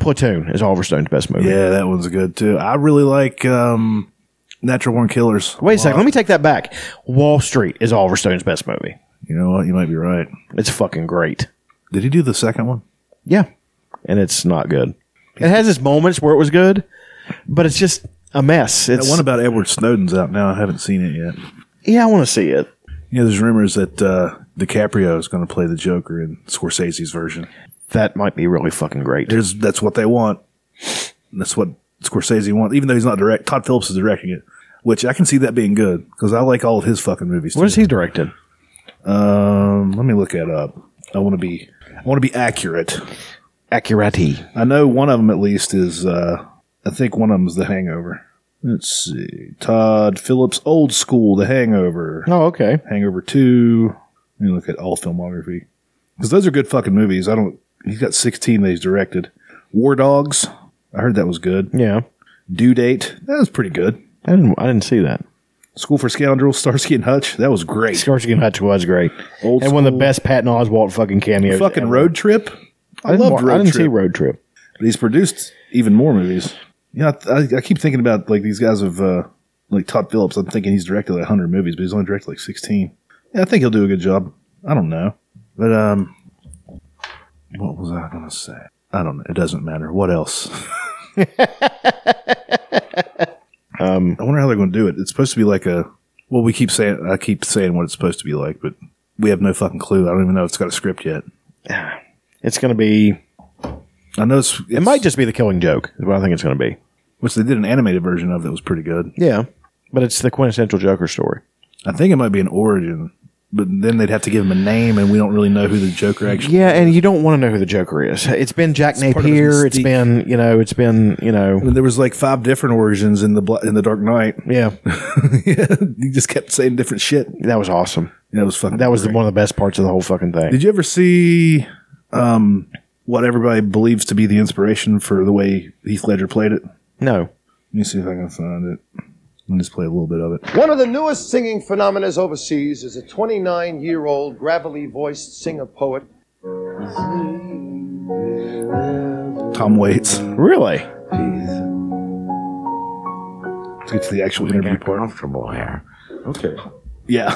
Platoon is Oliver Stone's best movie.
Yeah, that one's good too. I really like um, Natural Born Killers.
Wait a second, let me take that back. Wall Street is Oliver Stone's best movie.
You know what? You might be right.
It's fucking great.
Did he do the second one?
Yeah, and it's not good. It has its moments where it was good, but it's just a mess.
That
It's
one about Edward Snowden's out now. I haven't seen it yet.
yeah, I want to see it.
You know, there's rumors that uh, DiCaprio is going to play the Joker in Scorsese's version.
That might be really fucking great.
There's that's what they want. That's what Scorsese wants, even though he's not direct. Todd Phillips is directing it, which I can see that being good because I like all of his fucking movies.
What
too.
has he directed?
Um, let me look that up. I want to be I want to be accurate.
Accurati.
I know one of them at least is. Uh, I think one of them is The Hangover. Let's see. Todd Phillips, Old School, The Hangover,
Oh, okay.
Hangover Two. Let me look at all filmography because those are good fucking movies. I don't. He's got sixteen that he's directed. War Dogs. I heard that was good.
Yeah,
Due Date. That was pretty good.
I didn't. I didn't see that.
School for Scoundrels, Starsky and Hutch. That was great.
Starsky and Hutch was great,
Old
and one of the
school.
best Patton Oswalt fucking cameos.
Fucking
ever.
Road Trip. I,
I, didn't,
loved
wa-
Road
I didn't
Trip.
see Road Trip.
But he's produced even more movies. You know, I, I keep thinking about like these guys of uh, like Todd Phillips. I'm thinking he's directed like 100 movies, but he's only directed like 16. Yeah, I think he'll do a good job. I don't know, but um, what was I gonna say? I don't know. It doesn't matter. What else? um, I wonder how they're going to do it. It's supposed to be like a. Well, we keep saying I keep saying what it's supposed to be like, but we have no fucking clue. I don't even know if it's got a script yet.
It's going to be.
I know it's,
It might just be the Killing Joke. Is what I think it's going to be.
which they did an animated version of that was pretty good.
Yeah, but it's the quintessential Joker story.
I think it might be an origin, but then they'd have to give him a name, and we don't really know who the Joker actually.
Yeah, and you don't want to know who the Joker is. It's been Jack
part of his
Napier. It's
mystique.
been you know. It's been you know.
And there was like five different origins in the Bla- in the Dark Knight.
Yeah,
he just kept saying different shit.
that was awesome.
That was fucking.
That was
great.
one of the best parts of the whole fucking thing.
Did you ever see um, what everybody believes to be the inspiration for the way Heath Ledger played it? Let
No,
me see if I can find it. Let me just play a little bit of it.
One of the newest singing phenomena overseas is a 29 year old gravelly voiced singer poet.
Tom Waits. Let's
really.
get to the actual interview part.
comfortable here. Okay.
Yeah.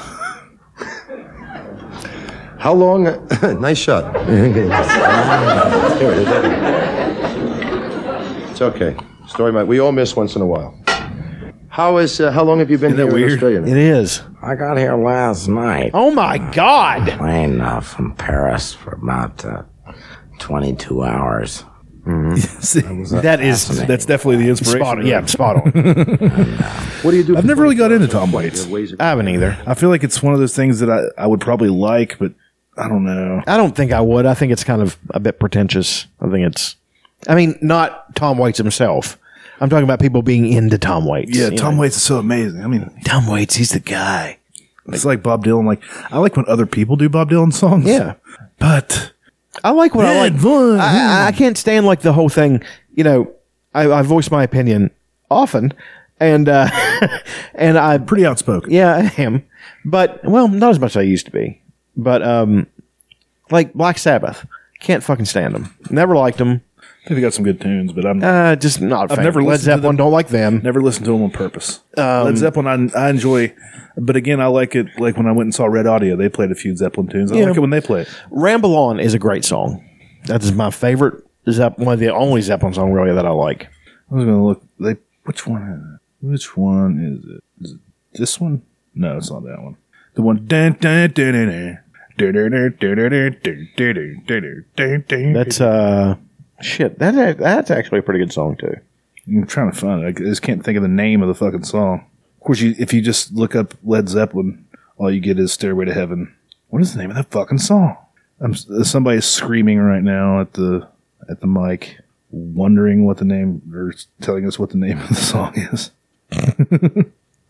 How long? nice shot. Here it is. It's okay. Story might. We all miss once in a while. How is? Uh, how long have you been
Isn't that
here
weird?
in Australia? now?
It is.
I got here last night.
Oh my God!
Plane uh, from Paris for about uh, 22 hours.
That is
That's definitely the inspiration.
spot. On. Yeah, spot on.
What do you do?
I've never really got into Tom Waits.
Ways of-
I haven't either.
I feel like it's one of those things that I, I would probably like, but I don't know.
I don't think I would. I think it's kind of a bit pretentious. I think it's, I mean, not Tom Waits himself. I'm talking about people being into Tom Waits.
Yeah,
you
Tom
know.
Waits is so amazing. I mean,
Tom Waits, he's the guy.
it's like Bob Dylan. Like I like when other people do Bob Dylan songs.
Yeah.
but
I like what I
Ed
like.
Vaughn.
I, I- I can't stand like the whole thing. You know, I, I voice my opinion often, and uh, and I
pretty outspoken.
yeah I am, but well, not as much as I used to be. But um, like Black Sabbath, can't fucking stand them. Never liked them.
I think they got some good tunes, but I'm
Uh, just not. A fan.
never
Led
listened to
Zeppelin. Don't like them.
never listened to them on purpose.
um,
Led Zeppelin, I, I enjoy, but again, I like it. Like when I went and saw Red Audio, they played a few Zeppelin tunes. I like it when they play it.
Ramble On is a great song. That is my favorite. Zepp- one of the only Zeppelin song really that I like.
I was gonna look. They which one? is it? Which one is it? Is it this one? No, it's not that one. The one. That's.
That's uh, shit. That that's actually a pretty good song too.
I'm trying to find it. I just can't think of the name of the fucking song. Of course, you, if you just look up Led Zeppelin, all you get is "Stairway to Heaven." What is the name of that fucking song? I'm, somebody's screaming right now at the at the mic, wondering what the name or telling us what the name of the song is.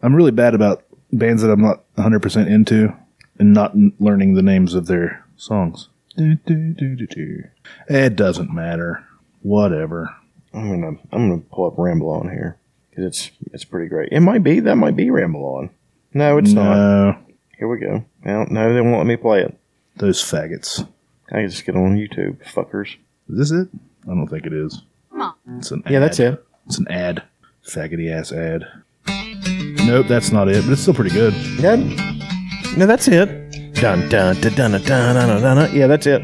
I'm really bad about bands that I'm not 100 percent into and not n- learning the names of their songs. Do, do, do, do, do. It doesn't matter. Whatever.
I'm gonna I'm gonna pull up Ramble On
Uh,
here because it's it's pretty great. It might be that might be Ramble On. No, it's not.
No.
Here we go. No, no, they won't let me play it.
Those faggots.
I can just get on YouTube, fuckers.
Is this it? I don't think it is. It's an
Yeah, that's
ad.
it.
It's an ad. Faggoty ass ad. Nope, that's not it, but it's still pretty good.
Yeah. No, that's it. Dun dun dun dun dun dun dun dun. dun. Yeah, that's it.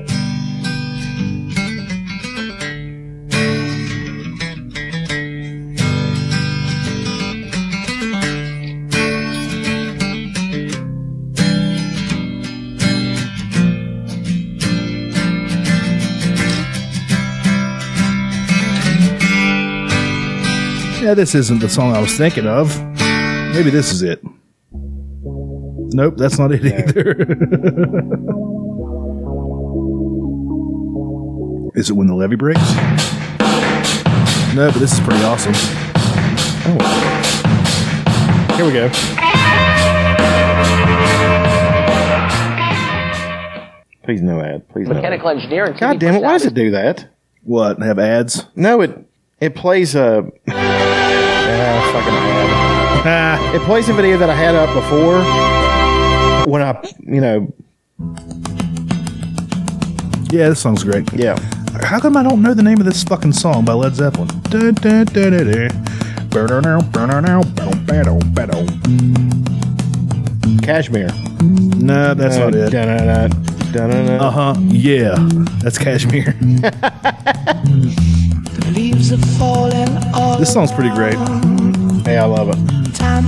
Yeah, this isn't the song I was thinking of. Maybe this is it. Nope, that's not it either. is it when the levee breaks? No, but this is pretty awesome.
Here we go. Please no ad. Please no. Ad.
Mechanical engineering. can
God
be
damn it! Why does
precise.
it do that?
What? Have ads?
No, it it plays a. Yeah, fucking ad.
Ah,
It plays a video that I had up before when I, you know,
yeah, this song's great.
yeah.
How come I don't know the name of this fucking song by Led Zeppelin? Dun, dun, dun, dun, dun. Ba-da-dow, ba-da-dow, ba-dow, ba-dow.
Cashmere.
No, that's
Oh,
not it.
Dun-dun-dun, dun-dun-dun.
Uh huh. Yeah, that's Cashmere.
Leaves are falling all
This song's pretty great.
Hey, I love it.
the time.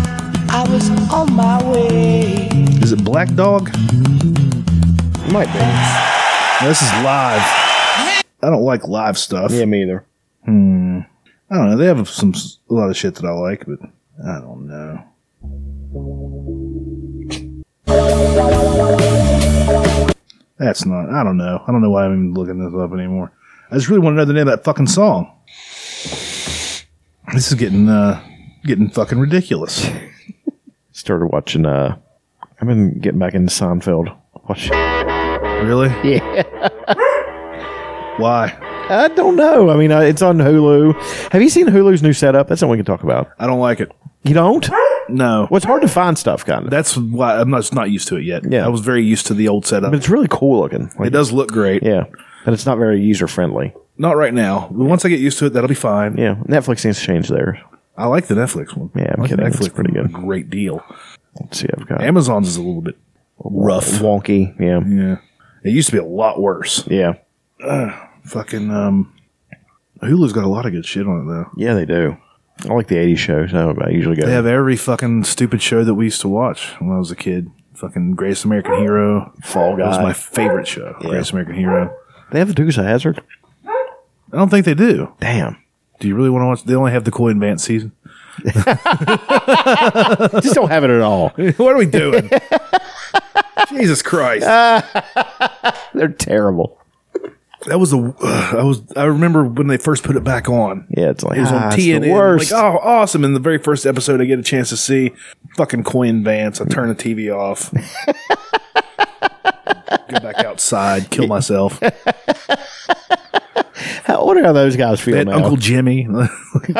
I was on my way.
Is it Black Dog?
It might be.
No, this is live. I don't like live stuff.
Yeah, me either.
I don't know. They have some a lot of shit that I like, but I don't know. That's not. I don't know. I don't know why I'm even looking this up anymore. I just really want to know the name of that fucking song. This is getting uh getting fucking ridiculous.
Started watching. Uh, I've been getting back into Seinfeld. Watch.
Really? Yeah. why?
I don't know. I mean, uh, it's on Hulu. Have you seen Hulu's new setup? That's something we can talk about.
I don't like it.
You don't?
No.
Well, it's hard to find stuff, kind of.
That's why I'm not, not used to it yet.
Yeah.
I was very used to the old setup.
but it's really cool looking. Like,
It does look great.
yeah, but it's not very user friendly.
Not right now. Once I get used to it, that'll be fine.
Yeah, Netflix needs to change theirs.
I like the Netflix one.
Yeah, I'm
I like the
kidding. It's pretty
one
good.
a Great deal.
Let's see, I've got
Amazon's is a little bit rough.
wonky. Yeah,
Yeah. It used to be a lot worse.
yeah,
Fucking um, Hulu's got a lot of good shit on it though.
yeah. They do. I like the '80s shows. I, I usually go.
They have every fucking stupid show that we used to watch when I was a kid. Fucking Greatest American Hero, Fall Guy was my favorite show. Greatest American Hero.
they have a Dukes of Hazard.
I don't think they do.
Damn.
Do you really want to watch? They only have the Coy Advance season.
Just don't have it at all.
what are we doing? Jesus Christ!
They're terrible.
that was the I was I remember when they first put it back on.
Yeah, it's like
It was
ah,
on
it's the
TNN.
worst.
Like, oh, awesome! In the very first episode, I get a chance to see fucking Coin Vance. I turn the TV off, go back outside, kill myself. They
How old are those guys feeling?
had
now?
Uncle Jimmy. they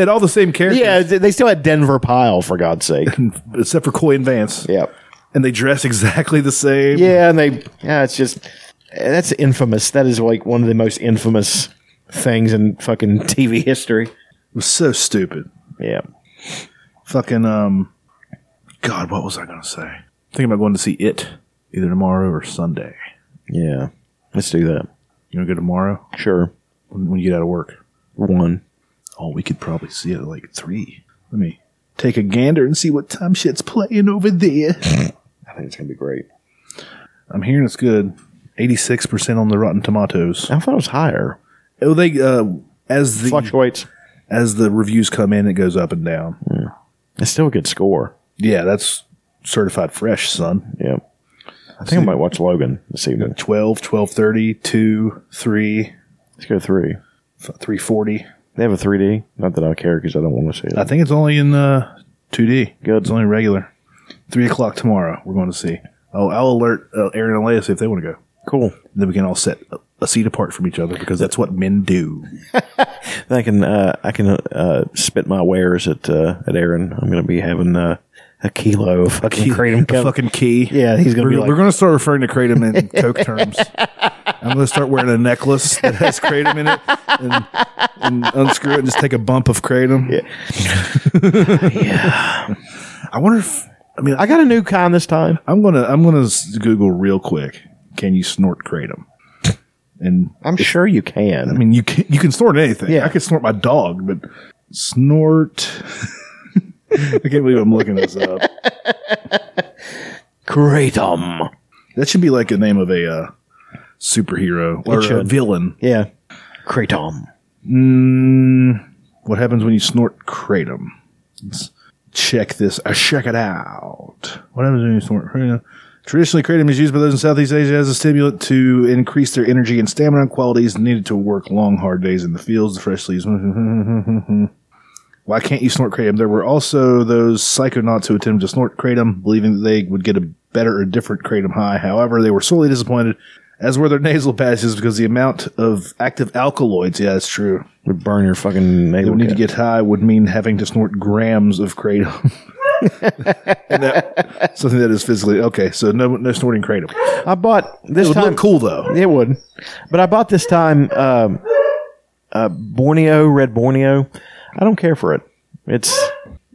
had all the same characters,
yeah, they they still had Denver Pyle for God's sake.
except for Coin Vance.
yep.
and they dress exactly the same.
Yeah, and they yeah, it's just that's infamous. That is like one of the most infamous things in fucking TV history.
It was so stupid.
Yeah.
fucking um god what was i gonna say thinking about going to see it either tomorrow or sunday
Yeah. Let's do that.
you gonna go tomorrow
Sure.
when, when you get out of work
One.
oh we could probably see it at like three let me take a gander and see what time shit's playing over there
I think it's gonna be great.
i'm hearing it's good 86% on the rotten tomatoes
I thought it was higher.
oh they uh as the
Fluctuates.
as the reviews come in it goes up and down
It's still a good score.
yeah that's certified fresh son
Yeah. I think I might watch Logan this evening.
12 twelve thirty, 2 3
Let's go three.
340
They have a 3D. Not that I care because I don't want to see it.
I think it's only in uh, 2D.
Good.
It's only regular. Three o'clock tomorrow. We're going to see. Oh, I'll alert uh, Aaron and Leia see if they want to go.
cool.
Then we can all set a- a seat apart from each other because that's what men do.
Then I can uh, I can uh, spit my wares at uh, at Aaron. I'm going to be having uh, a kilo of fucking kratom
a
coke.
fucking key.
Yeah, he's gonna
we're,
be like-
we're gonna start referring to kratom in coke terms. I'm gonna start wearing a necklace that has kratom in it and, and unscrew it and just take a bump of kratom. Yeah. I wonder if I mean
I got a new kind this time.
I'm gonna I'm gonna s- Google real quick. Can you snort kratom? And
I'm sure you can.
I mean, you can you can snort anything.
Yeah.
I could snort my dog, but snort. I can't believe I'm looking this up.
kratom.
That should be like the name of a uh, superhero or a
should.
villain.
Yeah, kratom.
What happens when you snort kratom? Let's check this. Uh, check it out. What happens when you snort kratom? Traditionally, kratom is used by those in Southeast Asia as a stimulant to increase their energy and stamina qualities needed to work long, hard days in the fields. The fresh leaves. Why can't you snort kratom? There were also those psychonauts who attempted to snort kratom, believing that they would get a better or different kratom high. However, they were sorely disappointed, as were their nasal passages, because the amount of active alkaloids. Yeah, that's true
Would burn your fucking
that
navel.
would need to
cap.
get high would mean having to snort grams of kratom. And that- something that is physically okay. So no, no snorting kratom.
I bought this
It would
time.
look cool though.
It would, but I bought this time um, uh, Borneo Red Borneo. I don't care for it. It's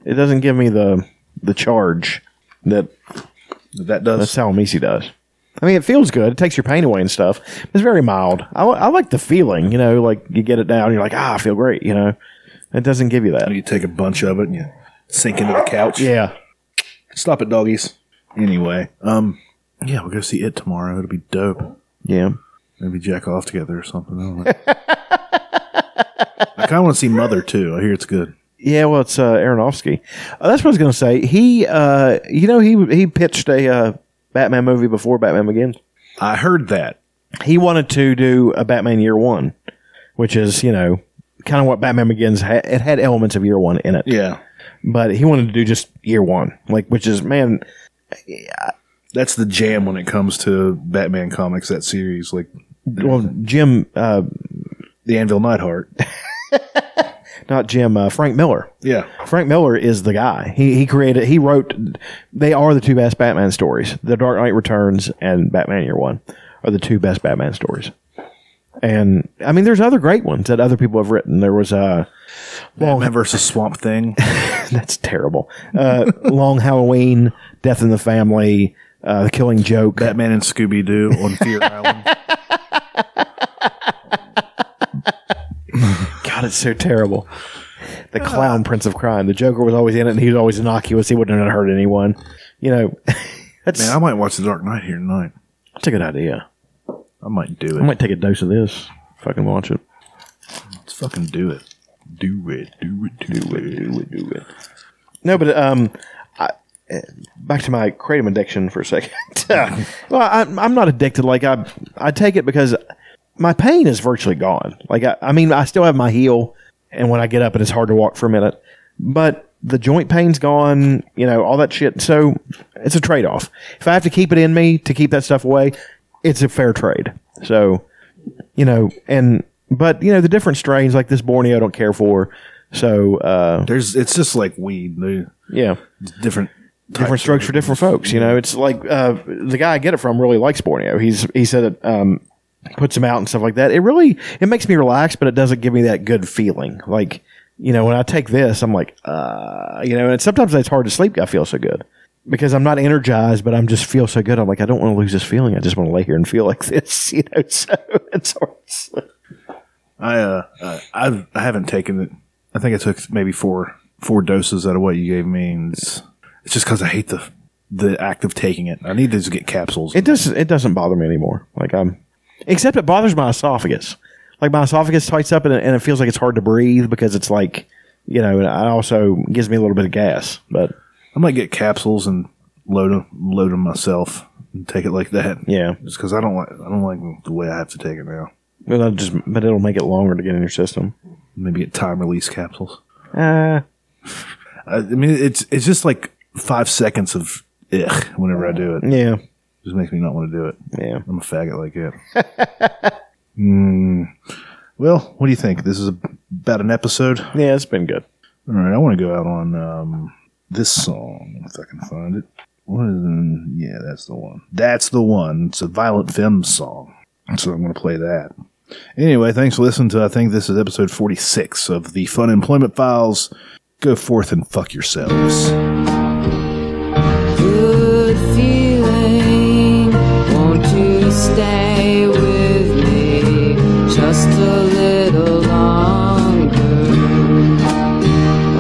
it doesn't give me the the charge that
That does.
the Salamisi does. I mean, it feels good. It takes your pain away and stuff. It's very mild. I, li- I like the feeling, you know, like you get it down, you're like, ah, I feel great, you know. It doesn't give you that.
you take a bunch of it and you sink into the couch.
Yeah.
Stop it, doggies. Anyway, um, yeah, we'll go see it tomorrow. It'll be dope.
Yeah.
Maybe jack off together or something. I don't know. I kind of want to see Mother too. I hear it's good.
Yeah, well, it's uh, Aronofsky. Uh, that's what I was going to say. He, uh, you know, he he pitched a uh, Batman movie before Batman Begins.
I heard that.
He wanted to do a Batman Year One, which is you know kind of what Batman Begins. Ha- it had elements of Year One in it,
Yeah,
but he wanted to do just Year One, like which is man,
that's the jam when it comes to Batman comics. That series, like
well, Jim, uh,
the Anvil Nightheart.
not Jim, uh, Frank Miller.
Yeah.
Frank Miller is the guy. He he created. He wrote. They are the two best Batman stories. The Dark Knight Returns and Batman Year One are the two best Batman stories. And I mean, there's other great ones that other people have written. There was uh,
Batman versus Swamp Thing.
that's terrible. Uh, Long Halloween, Death in the Family, uh, The Killing Joke.
Batman and Scooby Doo on Fear Island.
God, it's so terrible. The Clown Prince of Crime. The Joker was always in it, and he was always innocuous. He wouldn't have hurt anyone. You know, that's,
Man, I might watch The Dark Knight here tonight.
that's a good idea.
I might do
I
it.
might take a dose of this. Fucking watch it.
Let's fucking do it. Do it. Do it. Do, it, Do it. Do it.
No, but um, I, eh, back to my kratom addiction for a second. Uh, well, I, I'm not addicted. Like I, I take it because my pain is virtually gone. Like I, I mean, I still have my heel, and when I get up, it is hard to walk for a minute. But the joint pain's gone. You know all that shit. So it's a trade off. If I have to keep it in me to keep that stuff away, it's a fair trade. So you know, and but you know the different strains like this Borneo I don't care for. So uh,
There's. It's just like weed. They're
yeah
different.
different strokes for different folks. You know, it's like uh, the guy I get it from really likes Borneo. He's he said it um, puts him out and stuff like that. It really it makes me relax, but it doesn't give me that good feeling. Like you know, when I take this, I'm like, uh, you know, and sometimes it's hard to sleep. I feel so good because I'm not energized, but I'm just feel so good. I'm like, I don't want to lose this feeling. I just want to lay here and feel like this. You know, so it's hard. to sleep.
I uh, uh I've I haven't taken it. I think I took maybe four four doses out of what you gave me. And it's, it's just because I hate the the act of taking it. I need to just get capsules.
It doesn't it doesn't bother me anymore. Like I'm except it bothers my esophagus. Like my esophagus tights up and it, and it feels like it's hard to breathe because it's like you know, and it also gives me a little bit of gas. But
I might get capsules and load them, load 'em myself and take it like that.
Yeah.
just because I don't like I don't like the way I have to take it now.
but I just but it'll make it longer to get in your system.
Maybe get time release capsules. Uh, I mean, it's it's just like five seconds of ugh whenever I do it. it.
Yeah.
Just makes me not want to do it.
Yeah.
I'm a faggot like it. mm. Well, what do you think? This is about an episode.
Yeah, it's been good.
All right, I want to go out on um, this song, if I can find it. What is it? Yeah, that's the one. That's the one. It's a Violent Femme song. So I'm going to play that. Anyway, thanks for listening to, I think this is episode 46 of the Fun Employment Files. Go forth and fuck yourselves.
Good feeling, won't you stay with me just a little longer?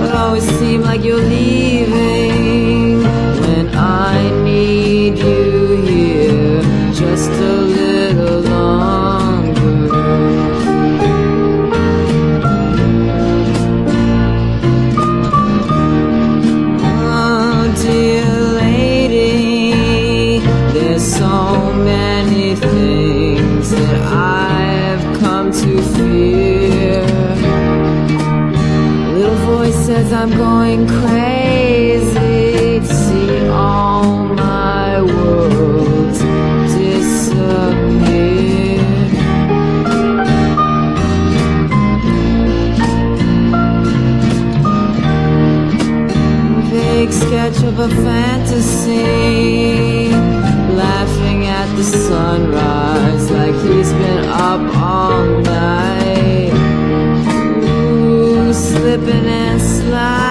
It always seems like you're leaving when I need you here just a little longer. Oh, dear lady, there's so many things that I've come to fear. Little voice says I'm going crazy to see all my worlds disappear. vague sketch of a fantasy. Laughing at the sunrise like he's been up all night. Ooh, slipping and sliding.